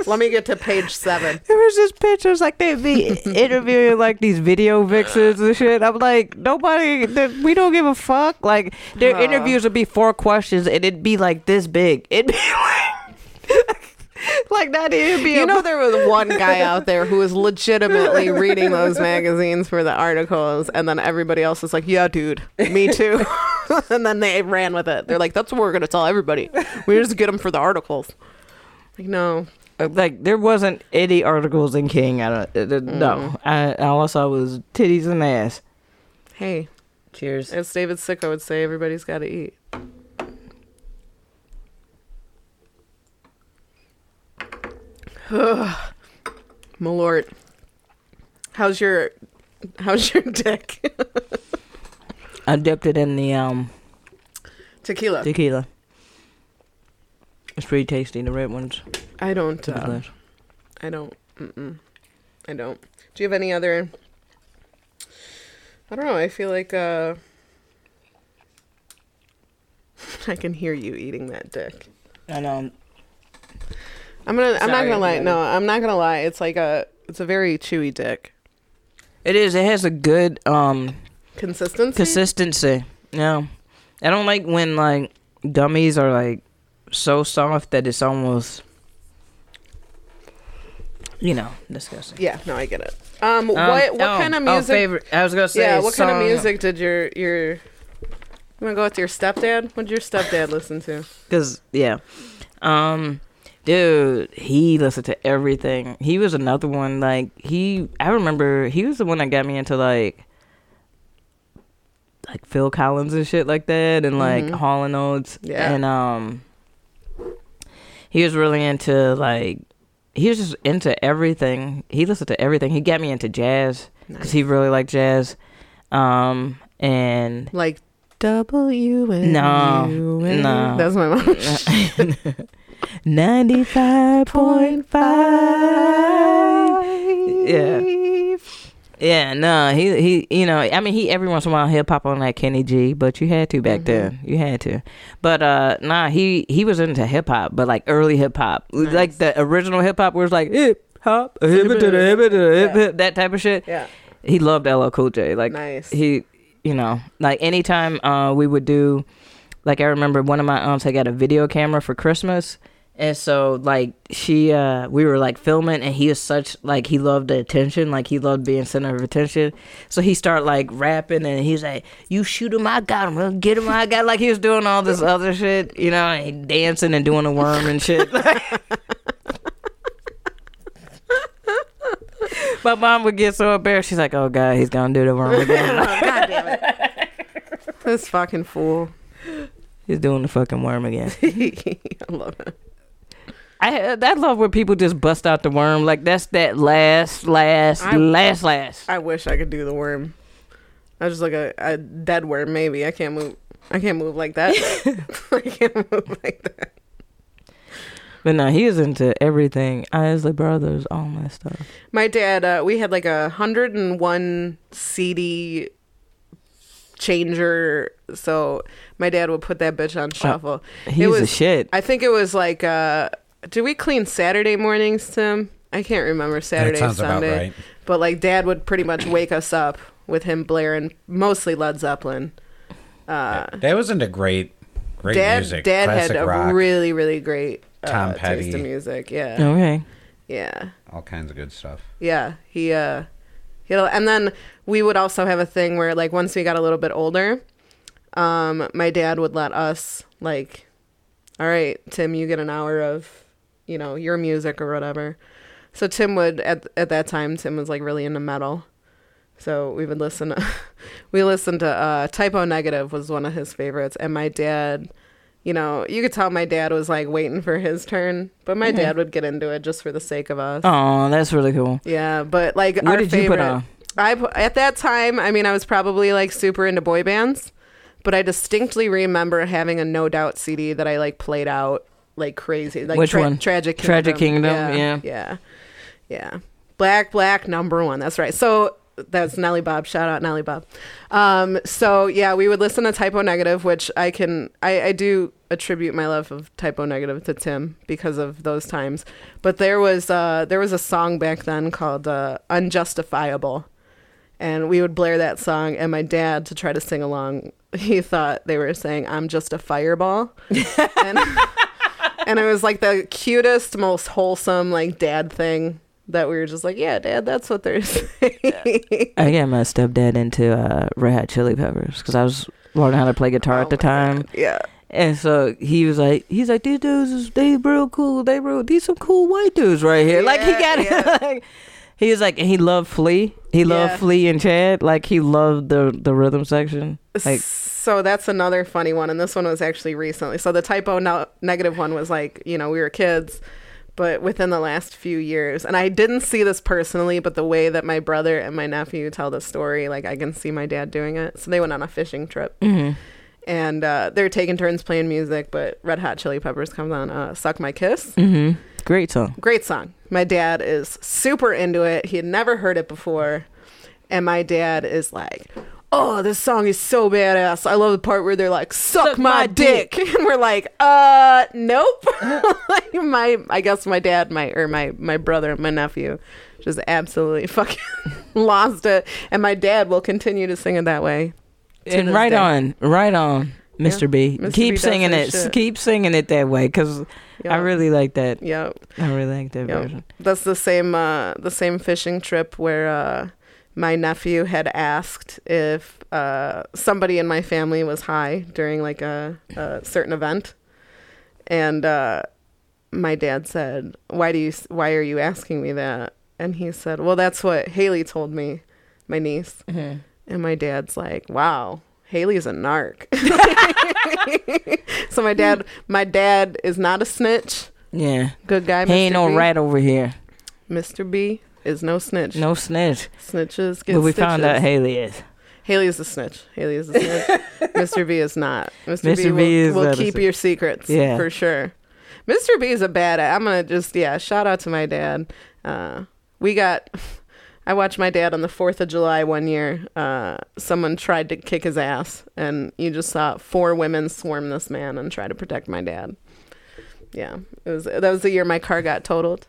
[SPEAKER 1] Let me get to page seven.
[SPEAKER 2] There was just pictures like they'd be interviewing like these video vixens and shit. I'm like, nobody, that- we don't give a fuck. Like their
[SPEAKER 1] Huh.
[SPEAKER 2] interviews would be four questions and it'd be like this big. It'd be like, like that. It'd be
[SPEAKER 1] You
[SPEAKER 2] a-
[SPEAKER 1] know, there was one guy out there who was legitimately reading those magazines for the articles, and then everybody else is like, "Yeah, dude, me too." and then they ran with it. They're like, "That's what we're gonna tell everybody. We just get them for the articles." Like, no,
[SPEAKER 2] uh, like there wasn't any articles in King. I don't. Uh, uh, no, I, all I saw was titties and ass.
[SPEAKER 1] hey,
[SPEAKER 2] Cheers.
[SPEAKER 1] as David Sicko would say, everybody's got to eat. Malort, how's your how's your dick?
[SPEAKER 2] I dipped it in the um
[SPEAKER 1] Tequila.
[SPEAKER 2] tequila. It's pretty tasty. The red ones.
[SPEAKER 1] I don't.
[SPEAKER 2] to the
[SPEAKER 1] Uh,
[SPEAKER 2] glass.
[SPEAKER 1] I don't. Mm-mm, I don't. Do you have any other? I don't know. I feel like uh, I can hear you eating that dick.
[SPEAKER 2] I know.
[SPEAKER 1] I'm gonna. I'm not
[SPEAKER 2] Sorry,
[SPEAKER 1] gonna lie.
[SPEAKER 2] everybody.
[SPEAKER 1] No, I'm not gonna lie. It's like a. It's a very chewy dick.
[SPEAKER 2] It is. It has a good um
[SPEAKER 1] Consistency.
[SPEAKER 2] consistency. Yeah. I don't like when like gummies are like so soft that it's almost you know disgusting.
[SPEAKER 1] yeah. No, I get it. Um.
[SPEAKER 2] Um,
[SPEAKER 1] what What
[SPEAKER 2] oh,
[SPEAKER 1] kind of
[SPEAKER 2] oh,
[SPEAKER 1] music?
[SPEAKER 2] favorite. I was gonna say.
[SPEAKER 1] yeah. What kind of
[SPEAKER 2] song.
[SPEAKER 1] music did your your you wanna go with your stepdad? What did your stepdad listen to?
[SPEAKER 2] Cause yeah, um, dude, he listened to everything. He was another one. Like he, I remember he was the one that got me into like, like Phil Collins and shit like that, and like
[SPEAKER 1] Mhm.
[SPEAKER 2] Hall and Oates.
[SPEAKER 1] Yeah.
[SPEAKER 2] and um, he was really into like, he was just into everything. He listened to everything. He got me into jazz because he really liked jazz. Um, and
[SPEAKER 1] Like W and
[SPEAKER 2] No,
[SPEAKER 1] U and-
[SPEAKER 2] no.
[SPEAKER 1] That's my mom.
[SPEAKER 2] 95.5 yeah yeah no he he you know i mean he every once in a while he'll pop on like kenny g but you had to back then you had to but uh nah he he was into hip-hop but like early hip-hop like the original hip-hop where it's like hip hop hip hip hip that type of shit
[SPEAKER 1] Yeah.
[SPEAKER 2] he loved LL Cool J. Like
[SPEAKER 1] Nice.
[SPEAKER 2] he, you know, like anytime uh, we would do, like I remember one of my aunts had got a video camera for Christmas, and so like she, uh, we were like filming, and he was such like he loved the attention, like he loved being center of attention. So he started like rapping, and he's like, "You shoot him, I got him. Well, Get him, I got." Like he was doing all this other shit, you know, and dancing and doing a worm and shit. My mom would get so embarrassed. She's like, "Oh God, he's gonna do the worm again."
[SPEAKER 1] God damn it. This fucking fool.
[SPEAKER 2] He's doing the fucking worm again.
[SPEAKER 1] I love it.
[SPEAKER 2] I I love when people just bust out the worm. Like that's that last, last,
[SPEAKER 1] I-
[SPEAKER 2] last, last.
[SPEAKER 1] I wish I could do the worm. I was just like a, a dead worm, maybe. I can't move. I can't move like that. I can't move like that.
[SPEAKER 2] But no, he is into everything. Isley Brothers, all that stuff.
[SPEAKER 1] My dad, uh, we had like a 101 CD changer. So my dad would put that bitch on shuffle.
[SPEAKER 2] Oh, He's
[SPEAKER 1] was,
[SPEAKER 2] a shit.
[SPEAKER 1] I think it was like, uh, do we clean Saturday mornings, Tim? I can't remember Saturday,
[SPEAKER 3] sounds about
[SPEAKER 1] Sunday.
[SPEAKER 3] right.
[SPEAKER 1] But like dad would pretty much wake us up with him blaring mostly Led Zeppelin. Uh,
[SPEAKER 3] That was into great, great
[SPEAKER 1] dad,
[SPEAKER 3] music.
[SPEAKER 1] dad had
[SPEAKER 3] classic
[SPEAKER 1] a
[SPEAKER 3] rock,
[SPEAKER 1] really, really great uh,
[SPEAKER 3] Tom
[SPEAKER 1] taste
[SPEAKER 3] Petty.
[SPEAKER 1] in music. Yeah,
[SPEAKER 2] okay.
[SPEAKER 1] yeah.
[SPEAKER 3] all kinds of good stuff.
[SPEAKER 1] Yeah, he uh you know and then we would also have a thing where like once we got a little bit older, um my dad would let us like all right, Tim, you get an hour of, you know, your music or whatever. So Tim would at at that time Tim was like really into metal. So we would listen we listened to uh Typo Negative was one of his favorites and my dad you know, you could tell my dad was like waiting for his turn, but my dad would get into it just for the sake of us.
[SPEAKER 2] Oh, that's really cool.
[SPEAKER 1] Yeah, but like,
[SPEAKER 2] What
[SPEAKER 1] our
[SPEAKER 2] did
[SPEAKER 1] favorite,
[SPEAKER 2] you put on?
[SPEAKER 1] I pu- at that time, I mean, I was probably like super into boy bands, but I distinctly remember having a No Doubt CD that I like played out like crazy. Like
[SPEAKER 2] Which one?
[SPEAKER 1] Tragic Kingdom.
[SPEAKER 2] Tragic Kingdom, yeah.
[SPEAKER 1] yeah, yeah. Black, black, number one. That's right. So that's Nelly Bob. Shout out Nelly Bob. Um, so yeah, we would listen to Typo Negative, which I can, I, I do attribute my love of Typo Negative to Tim because of those times. But there was, uh, there was a song back then called uh, Unjustifiable. And we would blare that song, and my dad, to try to sing along, he thought they were saying, I'm just a fireball. and, and it was like the cutest, most wholesome, like dad thing that we were just like, yeah, dad, that's what they're saying.
[SPEAKER 2] I got my stepdad into uh, Red Hot Chili Peppers because I was learning how to play guitar
[SPEAKER 1] Oh
[SPEAKER 2] at the time,
[SPEAKER 1] yeah.
[SPEAKER 2] and so he was like, he's like, these dudes, is, they real cool, they real, these some cool white dudes right here. like he
[SPEAKER 1] Yeah,
[SPEAKER 2] got
[SPEAKER 1] yeah.
[SPEAKER 2] it. like, he was like, and he loved Flea, he loved
[SPEAKER 1] Yeah.
[SPEAKER 2] Flea and Chad, like he loved the the rhythm section. Like
[SPEAKER 1] so that's another funny one, and this one was actually recently. So the typo no- negative one was like, you know, we were kids, but within the last few years, and I didn't see this personally, but the way that my brother and my nephew tell the story, like I can see my dad doing it. So they went on a fishing trip, and uh, they're taking turns playing music, but Red Hot Chili Peppers comes on, uh, "Suck My Kiss."
[SPEAKER 2] great song.
[SPEAKER 1] great song. My dad is super into it. He had never heard it before. And my dad is like, Oh, this song is so badass. I love the part where they're like, suck,
[SPEAKER 2] Suck
[SPEAKER 1] my,
[SPEAKER 2] my
[SPEAKER 1] dick. And we're like, uh, nope. like my I guess my dad, my or my my brother, my nephew just absolutely fucking lost it. And my dad will continue to sing it that way. to
[SPEAKER 2] and
[SPEAKER 1] this
[SPEAKER 2] right
[SPEAKER 1] day.
[SPEAKER 2] on, right on, Mr.
[SPEAKER 1] Yeah.
[SPEAKER 2] B.
[SPEAKER 1] Mr. B
[SPEAKER 2] Keep
[SPEAKER 1] does
[SPEAKER 2] singing
[SPEAKER 1] that
[SPEAKER 2] it. s-
[SPEAKER 1] shit.
[SPEAKER 2] Keep singing it that way because I
[SPEAKER 1] Yeah.
[SPEAKER 2] really like that.
[SPEAKER 1] Yep.
[SPEAKER 2] I really like that
[SPEAKER 1] Yep.
[SPEAKER 2] version.
[SPEAKER 1] That's the same uh, the same fishing trip where uh, my nephew had asked if uh, somebody in my family was high during like a, a certain event, and uh, my dad said, "Why do you? s- Why are you asking me that?" And he said, "Well, that's what Haley told me, my niece."
[SPEAKER 2] Mm-hmm.
[SPEAKER 1] And my dad's like, "Wow." Haley's a narc. so my dad, my dad is not a snitch.
[SPEAKER 2] Yeah,
[SPEAKER 1] Good guy.
[SPEAKER 2] he ain't
[SPEAKER 1] Mr.
[SPEAKER 2] no
[SPEAKER 1] B.
[SPEAKER 2] rat over here.
[SPEAKER 1] Mr. B is no snitch.
[SPEAKER 2] No snitch.
[SPEAKER 1] snitches get
[SPEAKER 2] But we
[SPEAKER 1] stitches.
[SPEAKER 2] found out Haley is.
[SPEAKER 1] Haley is a snitch. Haley is a snitch. Mr. B is not. Mr.
[SPEAKER 2] Mr.
[SPEAKER 1] B
[SPEAKER 2] B
[SPEAKER 1] will,
[SPEAKER 2] is
[SPEAKER 1] will
[SPEAKER 2] not a
[SPEAKER 1] keep
[SPEAKER 2] snitch.
[SPEAKER 1] your secrets
[SPEAKER 2] Yeah.
[SPEAKER 1] for sure. Mr. B is a bad. I'm gonna just yeah. Shout out to my dad. Uh, we got. I watched my dad on the Fourth of July one year. Uh, someone tried to kick his ass, and you just saw four women swarm this man and try to protect my dad. Yeah, it was that was the year my car got totaled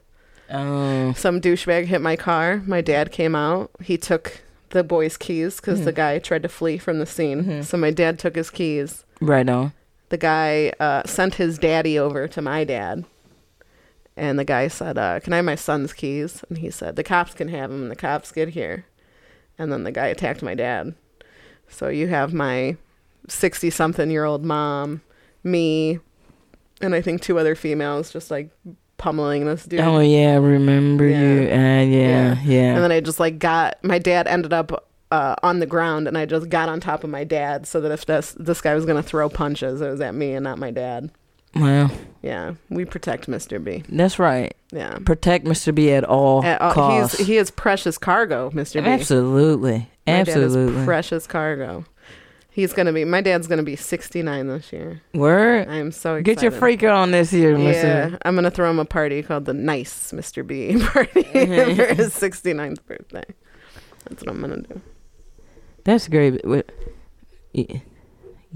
[SPEAKER 2] Um,
[SPEAKER 1] some douchebag hit my car. My dad came out. He took the boy's keys because the guy tried to flee from the scene. So my dad took his keys.
[SPEAKER 2] right on.
[SPEAKER 1] The guy uh, sent his daddy over to my dad. And the guy said, uh, Can I have my son's keys? And he said, The cops can have them. And the cops get here. And then the guy attacked my dad. So you have my 60 something year old mom, me, and I think two other females just like pummeling this dude.
[SPEAKER 2] Oh yeah, I remember
[SPEAKER 1] Yeah.
[SPEAKER 2] you. Uh, yeah, yeah.
[SPEAKER 1] And then I just like got my dad ended up uh, on the ground, and I just got on top of my dad so that if this this guy was gonna throw punches, it was at me and not my dad.
[SPEAKER 2] well,
[SPEAKER 1] Yeah, we protect Mr. B.
[SPEAKER 2] that's right.
[SPEAKER 1] Yeah,
[SPEAKER 2] Protect Mr. B at all
[SPEAKER 1] At all-
[SPEAKER 2] costs.
[SPEAKER 1] he's he is precious cargo, Mr. B.
[SPEAKER 2] absolutely,
[SPEAKER 1] My dad
[SPEAKER 2] absolutely.
[SPEAKER 1] is precious cargo. He's gonna be my dad's gonna be 69 this year.
[SPEAKER 2] Word.
[SPEAKER 1] I am so excited.
[SPEAKER 2] Get your freak on this year, Mr.
[SPEAKER 1] Yeah, I'm gonna throw him a party called the Nice Mr. B party for his 69th birthday. That's what I'm gonna do.
[SPEAKER 2] That's great. but what- You you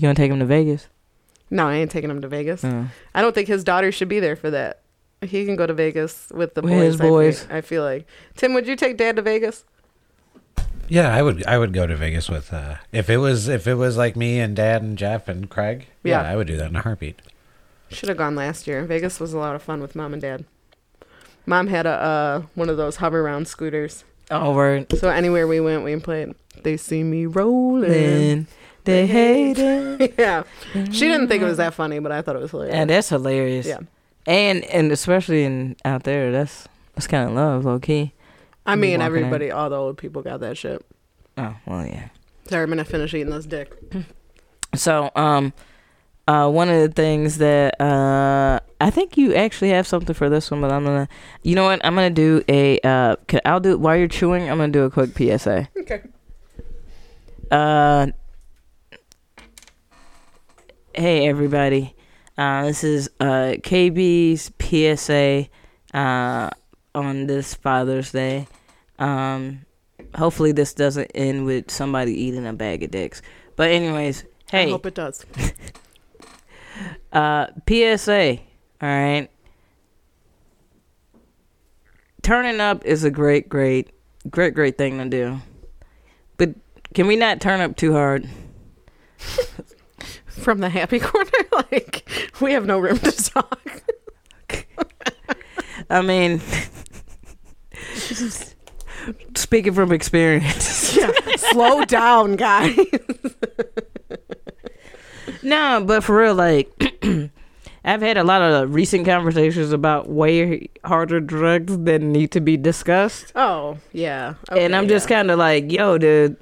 [SPEAKER 2] gonna take him to Vegas?
[SPEAKER 1] No, I ain't taking him to Vegas.
[SPEAKER 2] Oh.
[SPEAKER 1] I don't think his daughter should be there for that. He can go to Vegas with the
[SPEAKER 2] With
[SPEAKER 1] boys.
[SPEAKER 2] his
[SPEAKER 1] I feel-
[SPEAKER 2] boys.
[SPEAKER 1] I feel, like Tim. Would you take Dad to Vegas?
[SPEAKER 3] Yeah, I would. I would go to Vegas with uh, if it was if it was like me and Dad and Jeff and Craig. Yeah,
[SPEAKER 1] Yeah.
[SPEAKER 3] I would do that in a heartbeat.
[SPEAKER 1] Should have gone last year. Vegas was a lot of fun with mom and dad. Mom had a uh, one of those hover round scooters,
[SPEAKER 2] Oh, word.
[SPEAKER 1] so anywhere we went, we played. They see me rolling.
[SPEAKER 2] Then they hate it.
[SPEAKER 1] yeah, she didn't think it was that funny, but I thought it was hilarious.
[SPEAKER 2] And that's hilarious.
[SPEAKER 1] Yeah.
[SPEAKER 2] And and especially in out there, that's that's kind of love, low key.
[SPEAKER 1] I mean,
[SPEAKER 2] Walking in.
[SPEAKER 1] everybody, all the old people got that shit.
[SPEAKER 2] Oh well, yeah.
[SPEAKER 1] Sorry, I'm gonna finish eating this dick.
[SPEAKER 2] So um, uh, one of the things that uh, I think you actually have something for this one, but I'm gonna, you know what, I'm gonna do a uh, c- I'll do while you're chewing, I'm gonna do a quick PSA.
[SPEAKER 1] Okay.
[SPEAKER 2] Uh, hey everybody, uh, this is uh, KB's PSA uh, on this Father's Day. Um, hopefully this doesn't end with somebody eating a bag of dicks. But anyways, hey,
[SPEAKER 1] I hope it does.
[SPEAKER 2] uh, PSA. All right. Turning up is a great, great, great, great thing to do. But can we not turn up too hard?
[SPEAKER 1] From the happy corner, like we have no room to talk.
[SPEAKER 2] I mean, speaking from experience.
[SPEAKER 1] yeah, slow down, guys.
[SPEAKER 2] No, but for real, like I've had a lot of recent conversations about way harder drugs that need to be discussed,
[SPEAKER 1] Oh yeah,
[SPEAKER 2] and I'm just kind of like, yo, dude,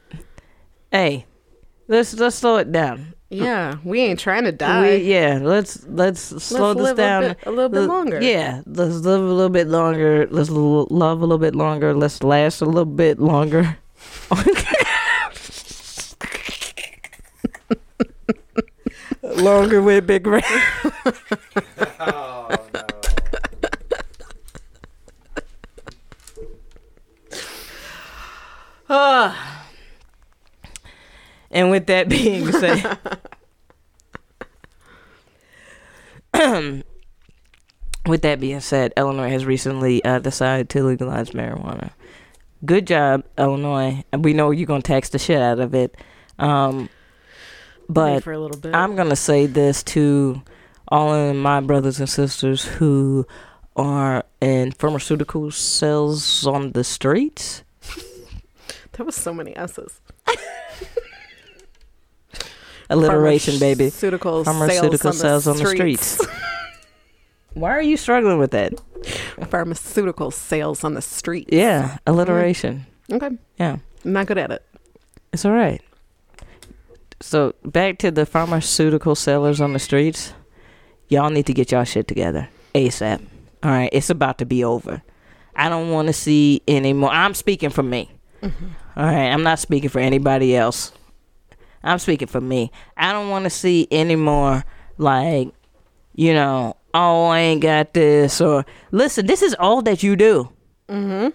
[SPEAKER 2] hey, let's let's slow it down.
[SPEAKER 1] yeah. We ain't trying to
[SPEAKER 2] We,
[SPEAKER 1] die.
[SPEAKER 2] yeah, let's let's slow
[SPEAKER 1] Let's
[SPEAKER 2] this
[SPEAKER 1] live a
[SPEAKER 2] down
[SPEAKER 1] bit- a little bit
[SPEAKER 2] Let-
[SPEAKER 1] longer.
[SPEAKER 2] Yeah, let's live a little bit longer. Let's l- love a little bit longer. Let's last a little bit longer. longer with Big Ray.
[SPEAKER 1] Oh,
[SPEAKER 2] Ah. and with that being said, with that being said, Illinois has recently uh, decided to legalize marijuana. Good job, Illinois. And We know you're gonna tax the shit out of it, um, but
[SPEAKER 1] for a little bit.
[SPEAKER 2] I'm gonna say this to all of my brothers and sisters who are in pharmaceutical sales on the streets.
[SPEAKER 1] that was so many s's.
[SPEAKER 2] Alliteration, baby.
[SPEAKER 1] Pharmaceutical,
[SPEAKER 2] Pharmaceutical
[SPEAKER 1] sales on the streets.
[SPEAKER 2] Why are you struggling with that?
[SPEAKER 1] Pharmaceutical sales on the street.
[SPEAKER 2] Yeah, alliteration.
[SPEAKER 1] Okay. I'm
[SPEAKER 2] Yeah,
[SPEAKER 1] not good at it.
[SPEAKER 2] it's all right. So back to the pharmaceutical sellers on the streets. Y'all need to get y'all shit together ASAP. All right, it's about to be over. I don't want to see any more. I'm speaking for me.
[SPEAKER 1] Mm-hmm.
[SPEAKER 2] All right, I'm not speaking for anybody else. I'm speaking for me. I don't want to see any more like, you know, oh, I ain't got this or listen. This is all that you do. Mm-hmm.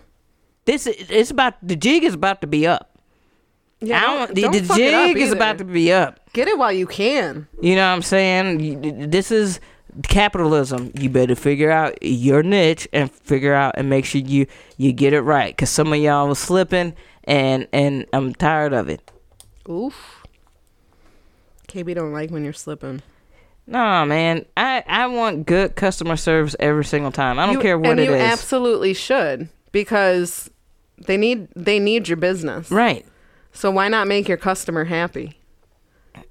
[SPEAKER 2] This is it's about the jig is about to be up.
[SPEAKER 1] Yeah,
[SPEAKER 2] I
[SPEAKER 1] don't-
[SPEAKER 2] don't, the-
[SPEAKER 1] don't
[SPEAKER 2] the,
[SPEAKER 1] fuck it up
[SPEAKER 2] jig is
[SPEAKER 1] either.
[SPEAKER 2] about to be up.
[SPEAKER 1] get it while you can.
[SPEAKER 2] You know what I'm saying? You- This is capitalism. You better figure out your niche and figure out and make sure you you get it right. Cause some of y'all was slipping, and and I'm tired of it.
[SPEAKER 1] Oof. KB don't like when you're slipping.
[SPEAKER 2] Nah, man. I I want good customer service every single time. I don't
[SPEAKER 1] You-
[SPEAKER 2] care what
[SPEAKER 1] and
[SPEAKER 2] it
[SPEAKER 1] you
[SPEAKER 2] is.
[SPEAKER 1] absolutely should because they need they need your business.
[SPEAKER 2] right.
[SPEAKER 1] So why not make your customer happy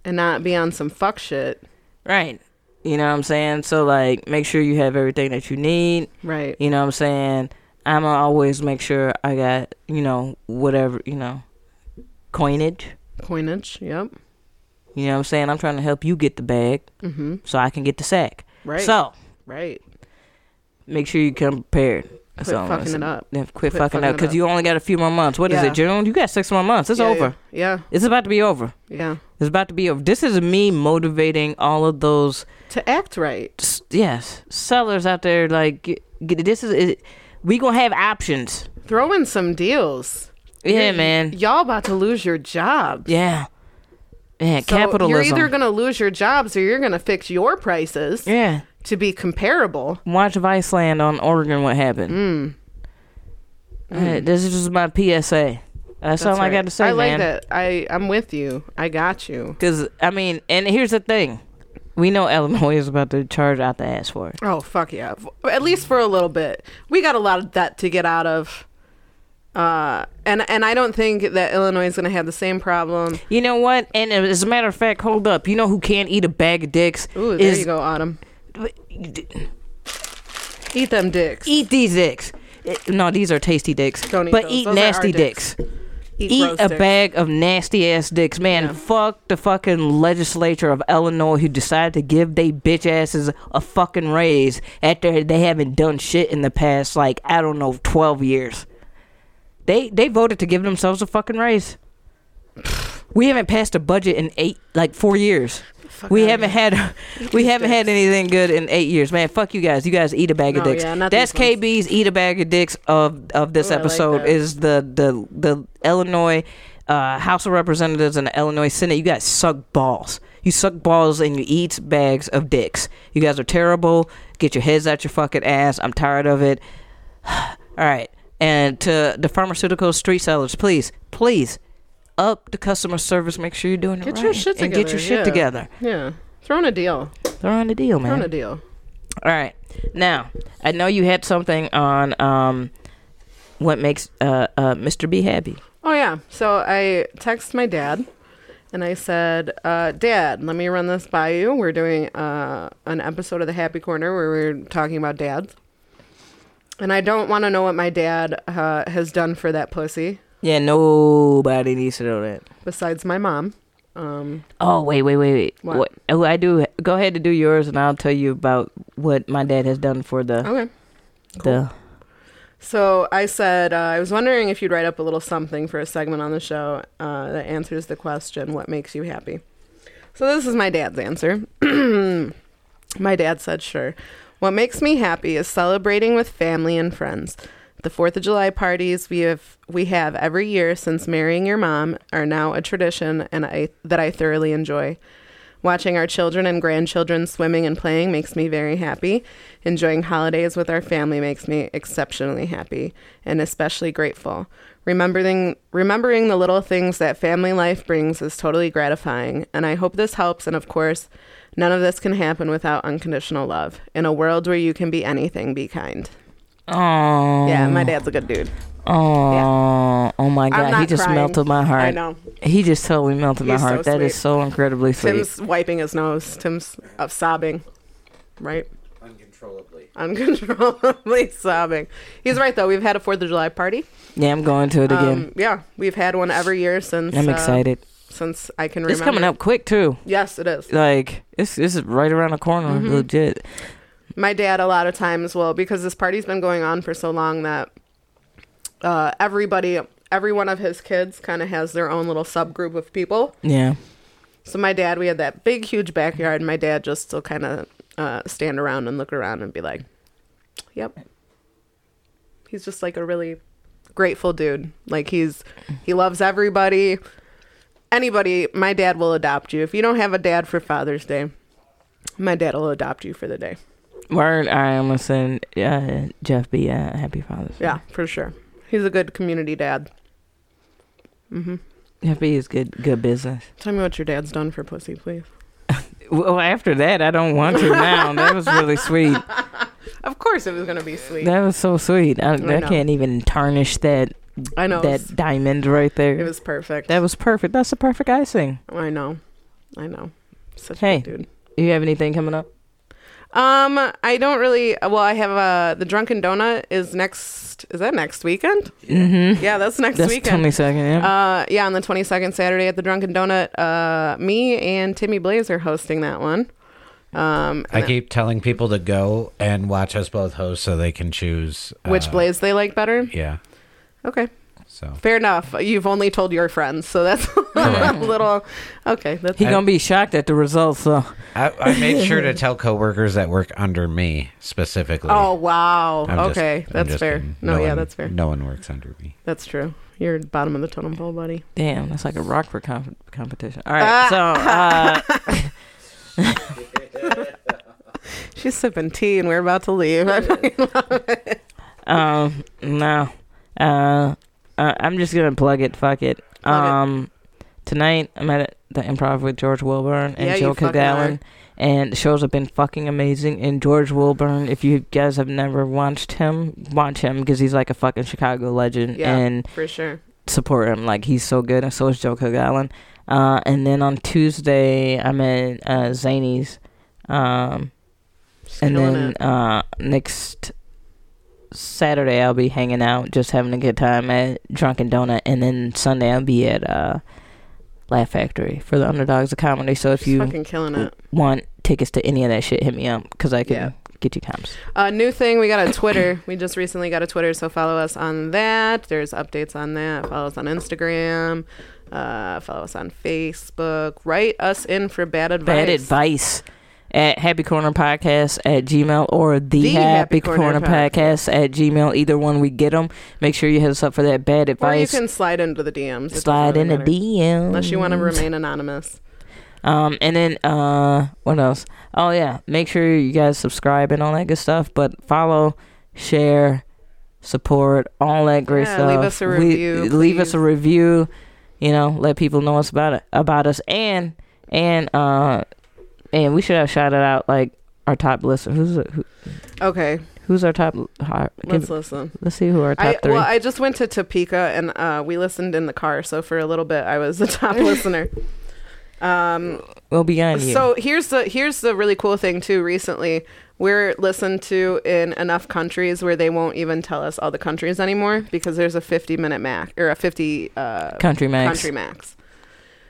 [SPEAKER 1] and not be on some fuck shit?
[SPEAKER 2] Right. You know what I'm saying? So like make sure you have everything that you need.
[SPEAKER 1] Right.
[SPEAKER 2] You know what I'm saying? I'm gonna always make sure I got, you know, whatever, you know, coinage.
[SPEAKER 1] Coinage. Yep.
[SPEAKER 2] You know what I'm saying? I'm trying to help you get the bag so I can get the sack.
[SPEAKER 1] Mm-hmm. Right.
[SPEAKER 2] So
[SPEAKER 1] Right.
[SPEAKER 2] make sure you come prepared. That's
[SPEAKER 1] Quit
[SPEAKER 2] all I'm gonna
[SPEAKER 1] fucking
[SPEAKER 2] say.
[SPEAKER 1] it up.
[SPEAKER 2] Yeah, quit, fucking, up because you only got a few more months. What is
[SPEAKER 1] Yeah.
[SPEAKER 2] it, June? You got six more months. It's
[SPEAKER 1] Yeah,
[SPEAKER 2] over.
[SPEAKER 1] Yeah.
[SPEAKER 2] It's about to be over.
[SPEAKER 1] Yeah.
[SPEAKER 2] It's about to be over. This is me motivating all of those
[SPEAKER 1] To act right.
[SPEAKER 2] s- yes sellers out there. Like get, get- this is it, we gonna have options.
[SPEAKER 1] Throw in some deals.
[SPEAKER 2] Yeah,
[SPEAKER 1] You're-
[SPEAKER 2] man.
[SPEAKER 1] Y'all about to lose your job.
[SPEAKER 2] Yeah, yeah.
[SPEAKER 1] So
[SPEAKER 2] capitalism.
[SPEAKER 1] You're either gonna lose your jobs or you're gonna fix your prices
[SPEAKER 2] yeah.
[SPEAKER 1] to be comparable.
[SPEAKER 2] Watch Viceland on Oregon. What happened?
[SPEAKER 1] Mm.
[SPEAKER 2] Uh, this is just my PSA. That's, all I
[SPEAKER 1] right.
[SPEAKER 2] got to say,
[SPEAKER 1] I like
[SPEAKER 2] man.
[SPEAKER 1] that. I I'm with you. I got you.
[SPEAKER 2] Because I mean, and here's the thing: we know Illinois is about to charge out the ass for it.
[SPEAKER 1] Oh fuck yeah! F- At least for a little bit, we got a lot of debt to get out of, uh, and and I don't think that Illinois is going to have the same problem.
[SPEAKER 2] You know what? And uh, as a matter of fact, hold up. You know who can't eat a bag of dicks?
[SPEAKER 1] Ooh, there you
[SPEAKER 2] is
[SPEAKER 1] go, Autumn. Eat them dicks.
[SPEAKER 2] eat these dicks. Eh, No, these are tasty dicks.
[SPEAKER 1] Don't eat
[SPEAKER 2] but
[SPEAKER 1] those.
[SPEAKER 2] eat
[SPEAKER 1] Those are our
[SPEAKER 2] nasty
[SPEAKER 1] dicks.
[SPEAKER 2] dicks.
[SPEAKER 1] Eat,
[SPEAKER 2] Eat
[SPEAKER 1] roast
[SPEAKER 2] a
[SPEAKER 1] dicks.
[SPEAKER 2] bag of nasty ass dicks, man.
[SPEAKER 1] Yeah.
[SPEAKER 2] Fuck the fucking legislature of Illinois who decided to give they bitch asses a fucking raise after they haven't done shit in the past like I don't know twelve years. They they voted to give themselves a fucking raise. We haven't passed a budget in eight like four years. we
[SPEAKER 1] outta
[SPEAKER 2] haven't had we haven't had anything good in eight years, man. Fuck you guys. You guys eat a bag of
[SPEAKER 1] No,
[SPEAKER 2] dicks.
[SPEAKER 1] yeah, not
[SPEAKER 2] That's
[SPEAKER 1] these ones.
[SPEAKER 2] KB's eat a bag of dicks of of this
[SPEAKER 1] Ooh, I like
[SPEAKER 2] episode
[SPEAKER 1] that.
[SPEAKER 2] is the the the Illinois uh, House of Representatives and the Illinois Senate. You guys suck balls. You suck balls and you eat bags of dicks. You guys are terrible. Get your heads out your fucking ass. I'm tired of it. All right. And to the pharmaceutical street sellers, please, please up the customer service. Make sure you're doing it
[SPEAKER 1] Get
[SPEAKER 2] right.
[SPEAKER 1] your shit
[SPEAKER 2] and get
[SPEAKER 1] together,
[SPEAKER 2] your shit
[SPEAKER 1] yeah.
[SPEAKER 2] together.
[SPEAKER 1] Yeah. Throwing a deal.
[SPEAKER 2] They're on the deal, man.
[SPEAKER 1] Throwing a deal.
[SPEAKER 2] All right. Now, I know you had something on um, what makes uh, uh, Mr. B happy.
[SPEAKER 1] Oh yeah. So I text my dad, and I said, uh, "Dad, let me run this by you. We're doing uh, an episode of the Happy Corner where we're talking about dads, and I don't want to know what my dad uh, has done for that pussy
[SPEAKER 2] Yeah, nobody needs to know that.
[SPEAKER 1] besides my mom. Um,
[SPEAKER 2] Oh, wait, wait, wait, wait.
[SPEAKER 1] What?
[SPEAKER 2] What? Oh, I do. Go ahead and do yours, and I'll tell you about what my dad has done for the.
[SPEAKER 1] okay."
[SPEAKER 2] the
[SPEAKER 1] So I said, uh, I was wondering if you'd write up a little something for a segment on the show uh, that answers the question, What makes you happy? So this is my dad's answer. my dad said, Sure. What makes me happy is celebrating with family and friends. The Fourth of July parties we have we have every year since marrying your mom are now a tradition and I that I thoroughly enjoy. Watching our children and grandchildren swimming and playing makes me very happy. Enjoying holidays with our family makes me exceptionally happy and especially grateful. Remembering remembering the little things that family life brings is totally gratifying, and I hope this helps and of course, none of this can happen without unconditional love. In a world where you can be anything, be kind.
[SPEAKER 2] Oh.
[SPEAKER 1] Yeah, my dad's a good dude.
[SPEAKER 2] Oh. Oh my
[SPEAKER 1] I'm
[SPEAKER 2] God. He
[SPEAKER 1] not
[SPEAKER 2] just
[SPEAKER 1] crying.
[SPEAKER 2] melted my heart.
[SPEAKER 1] I know.
[SPEAKER 2] He just totally melted my
[SPEAKER 1] He's so
[SPEAKER 2] heart. That is
[SPEAKER 1] sweet.
[SPEAKER 2] so incredibly sweet.
[SPEAKER 1] Tim's wiping his nose. Tim's uh, sobbing, right?
[SPEAKER 3] Uncontrollably.
[SPEAKER 1] Uncontrollably sobbing. He's right though. We've had a Fourth of July party.
[SPEAKER 2] yeah, I'm going to it again.
[SPEAKER 1] Um, yeah, we've had one every year since.
[SPEAKER 2] I'm
[SPEAKER 1] uh,
[SPEAKER 2] excited.
[SPEAKER 1] since I can remember.
[SPEAKER 2] It's coming up quick too.
[SPEAKER 1] Yes, it is.
[SPEAKER 2] Like it's this is right around the corner.
[SPEAKER 1] Mm-hmm.
[SPEAKER 2] Legit.
[SPEAKER 1] My dad, a lot of times, will because this party's been going on for so long that uh, everybody, every one of his kids, kind of has their own little subgroup of people.
[SPEAKER 2] Yeah.
[SPEAKER 1] So my dad, we had that big, huge backyard, and my dad just still kind of uh, stand around and look around and be like, "Yep." He's just like a really grateful dude. Like he's he loves everybody. Anybody, my dad will adopt you. If you don't have a dad for Father's Day, my dad will adopt you for the day.
[SPEAKER 2] Word. I am gonna send uh, Jeff B. Uh, happy Father's Day.
[SPEAKER 1] Yeah, for sure. He's a good community dad. Mm-hmm.
[SPEAKER 2] Jeff B. is good. Good business.
[SPEAKER 1] Tell me what your dad's done for pussy, please.
[SPEAKER 2] Well, after that, I don't want to now. that was really sweet.
[SPEAKER 1] Of course, it was gonna be sweet.
[SPEAKER 2] That was so sweet. I, I,
[SPEAKER 1] know.
[SPEAKER 2] can't even tarnish that.
[SPEAKER 1] I know.
[SPEAKER 2] that diamond right there.
[SPEAKER 1] It was perfect.
[SPEAKER 2] that was perfect. That's the perfect icing.
[SPEAKER 1] I know. I know. Such
[SPEAKER 2] Hey.
[SPEAKER 1] a good dude.
[SPEAKER 2] You have anything coming up?
[SPEAKER 1] Um, I don't really. Well, I have uh, the Drunken Donut is next. Is that next weekend?
[SPEAKER 2] Mm-hmm.
[SPEAKER 1] Yeah, that's next
[SPEAKER 2] That's
[SPEAKER 1] weekend.
[SPEAKER 2] twenty second. Yeah.
[SPEAKER 1] uh, yeah, on the twenty second Saturday at the Drunken Donut. Uh, me and Timmy Blaze are hosting that one. Um,
[SPEAKER 3] I keep telling people to go and watch us both host so they can choose uh,
[SPEAKER 1] which Blaze they like better?
[SPEAKER 3] Yeah.
[SPEAKER 1] Okay,
[SPEAKER 3] So
[SPEAKER 1] fair enough. You've only told your friends, so that's a little. Okay, that's
[SPEAKER 2] he gonna be shocked at the results. So
[SPEAKER 3] I, I made sure to tell coworkers that work under me specifically.
[SPEAKER 1] Oh wow.
[SPEAKER 3] I'm just-
[SPEAKER 1] okay,
[SPEAKER 3] I'm
[SPEAKER 1] that's
[SPEAKER 3] just
[SPEAKER 1] fair.
[SPEAKER 3] kidding.
[SPEAKER 1] No, yeah,
[SPEAKER 3] one-
[SPEAKER 1] that's fair.
[SPEAKER 3] No one works under me.
[SPEAKER 1] That's true. You're at the bottom of the totem pole, buddy.
[SPEAKER 2] Damn, that's like a Rockford com- competition. All right,
[SPEAKER 1] Ah.
[SPEAKER 2] so uh,
[SPEAKER 1] She's sipping tea, and we're about to leave.
[SPEAKER 2] um, no, uh, uh, I'm just gonna plug it. Fuck it.
[SPEAKER 1] Plug it.
[SPEAKER 2] Um, tonight I'm at the Improv with George Wilburn and
[SPEAKER 1] Yeah, you
[SPEAKER 2] Joe
[SPEAKER 1] fucking
[SPEAKER 2] Kilgallen, and the shows have been fucking amazing. And George Wilburn, if you guys have never watched him, watch him because he's like a fucking Chicago legend.
[SPEAKER 1] Yeah.
[SPEAKER 2] And
[SPEAKER 1] For sure.
[SPEAKER 2] support him. Like he's so good, and so is Joe Kilgallen. Uh, and then on Tuesday, I'm at uh, Zany's, um,
[SPEAKER 1] She's
[SPEAKER 2] and
[SPEAKER 1] killing
[SPEAKER 2] then
[SPEAKER 1] it.
[SPEAKER 2] uh, next Saturday I'll be hanging out, just having a good time at Drunken Donut, and then Sunday I'll be at uh, Laugh Factory for the Underdogs of Comedy. So if
[SPEAKER 1] She's
[SPEAKER 2] you
[SPEAKER 1] fucking killing it.
[SPEAKER 2] want tickets to any of that shit, hit me up because I can
[SPEAKER 1] Yeah.
[SPEAKER 2] get you comps.
[SPEAKER 1] Uh, new thing, we got a Twitter. we just recently got a Twitter, so follow us on that. There's updates on that. Follow us on Instagram. Uh, follow us on Facebook. Write us in for bad advice.
[SPEAKER 2] Bad advice at happy corner podcast at gmail or the,
[SPEAKER 1] The
[SPEAKER 2] happy,
[SPEAKER 1] Happy
[SPEAKER 2] corner,
[SPEAKER 1] Corner
[SPEAKER 2] podcast at gmail either one we get them make sure you hit us up for that bad
[SPEAKER 1] Or you
[SPEAKER 2] advice
[SPEAKER 1] can slide into the DMs. It doesn't
[SPEAKER 2] slide
[SPEAKER 1] really
[SPEAKER 2] in the
[SPEAKER 1] matter.
[SPEAKER 2] dm
[SPEAKER 1] Unless you want to remain anonymous.
[SPEAKER 2] Um, and then uh, what else? Oh yeah, make sure you guys subscribe and all that good stuff. But follow, share, support, all that great
[SPEAKER 1] Yeah,
[SPEAKER 2] stuff.
[SPEAKER 1] leave us a
[SPEAKER 2] We-
[SPEAKER 1] review,
[SPEAKER 2] leave us a
[SPEAKER 1] please.
[SPEAKER 2] review. You know, let people know us about it, about us, and and uh, and we should have shouted out like our top listener. Who's who,
[SPEAKER 1] Okay,
[SPEAKER 2] who's our top? Our,
[SPEAKER 1] let's
[SPEAKER 2] give-
[SPEAKER 1] listen.
[SPEAKER 2] let's see who our top
[SPEAKER 1] I,
[SPEAKER 2] three.
[SPEAKER 1] well, I just went to Topeka and uh, we listened in the car, so for a little bit I was the top listener. Um,
[SPEAKER 2] we'll be on you.
[SPEAKER 1] So here's the here's the really cool thing too. Recently, we're listened to in enough countries where they won't even tell us all the countries anymore because there's a 50 minute max or a 50 uh,
[SPEAKER 2] Country Max.
[SPEAKER 1] country max.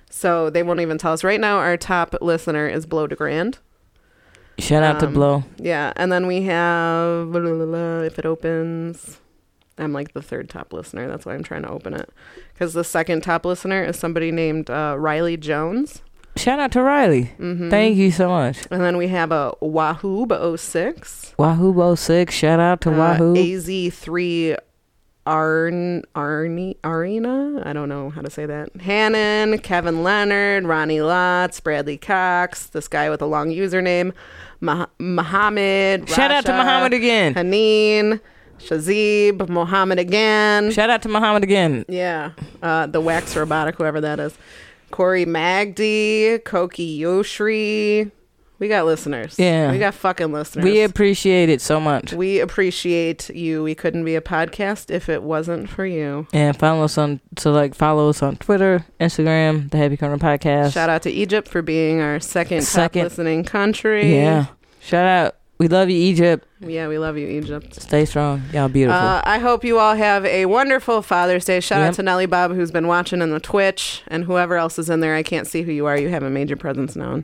[SPEAKER 1] So they won't even tell us. Right now, our top listener is Blow to Grand.
[SPEAKER 2] Shout out to
[SPEAKER 1] um,
[SPEAKER 2] Blow.
[SPEAKER 1] Yeah, and then we have blah, blah, blah, blah, if it opens. I'm like the third top listener. That's why I'm trying to open it because the second top listener is somebody named uh, Riley Jones.
[SPEAKER 2] Shout out to Riley.
[SPEAKER 1] Mm-hmm.
[SPEAKER 2] Thank you so much.
[SPEAKER 1] And then we have a Wahoo 06.
[SPEAKER 2] Wahoo 06, shout out
[SPEAKER 1] Uh,
[SPEAKER 2] to Wahoo.
[SPEAKER 1] AZ3 Arn, Arnie, Arena. I don't know how to say that. Hannon, Kevin Leonard, Ronnie Lotz, Bradley Cox, this guy with a long username, Mah- Muhammad.
[SPEAKER 2] Shout out to
[SPEAKER 1] Rasha,
[SPEAKER 2] Muhammad again.
[SPEAKER 1] Haneen, Shazib, Muhammad again.
[SPEAKER 2] Shout out to Muhammad again.
[SPEAKER 1] Yeah, uh, the wax robotic, whoever that is. Corey Magdi, Koki Yoshri. We got listeners.
[SPEAKER 2] Yeah.
[SPEAKER 1] we got fucking listeners.
[SPEAKER 2] We appreciate it so much.
[SPEAKER 1] we appreciate you. We couldn't be a podcast if it wasn't for you.
[SPEAKER 2] And follow us on so like follow us on Twitter, Instagram, the Happy Corner Podcast.
[SPEAKER 1] Shout out to Egypt for being our second,
[SPEAKER 2] Second.
[SPEAKER 1] top listening country.
[SPEAKER 2] Yeah. Shout out. We love you, Egypt.
[SPEAKER 1] yeah, we love you, Egypt.
[SPEAKER 2] Stay strong. Y'all beautiful.
[SPEAKER 1] Uh, I hope you all have a wonderful Father's Day. Shout
[SPEAKER 2] Yep.
[SPEAKER 1] out to Nelly Bob, who's been watching in the Twitch, and whoever else is in there. I can't see who you are. You haven't made your presence known.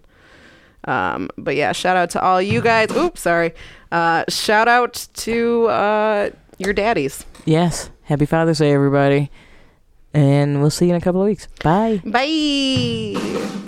[SPEAKER 1] Um, but yeah, shout out to all you guys. Oops, sorry. Uh, shout out to uh, your daddies.
[SPEAKER 2] yes. Happy Father's Day, everybody. And we'll see you in a couple of weeks. Bye.
[SPEAKER 1] Bye.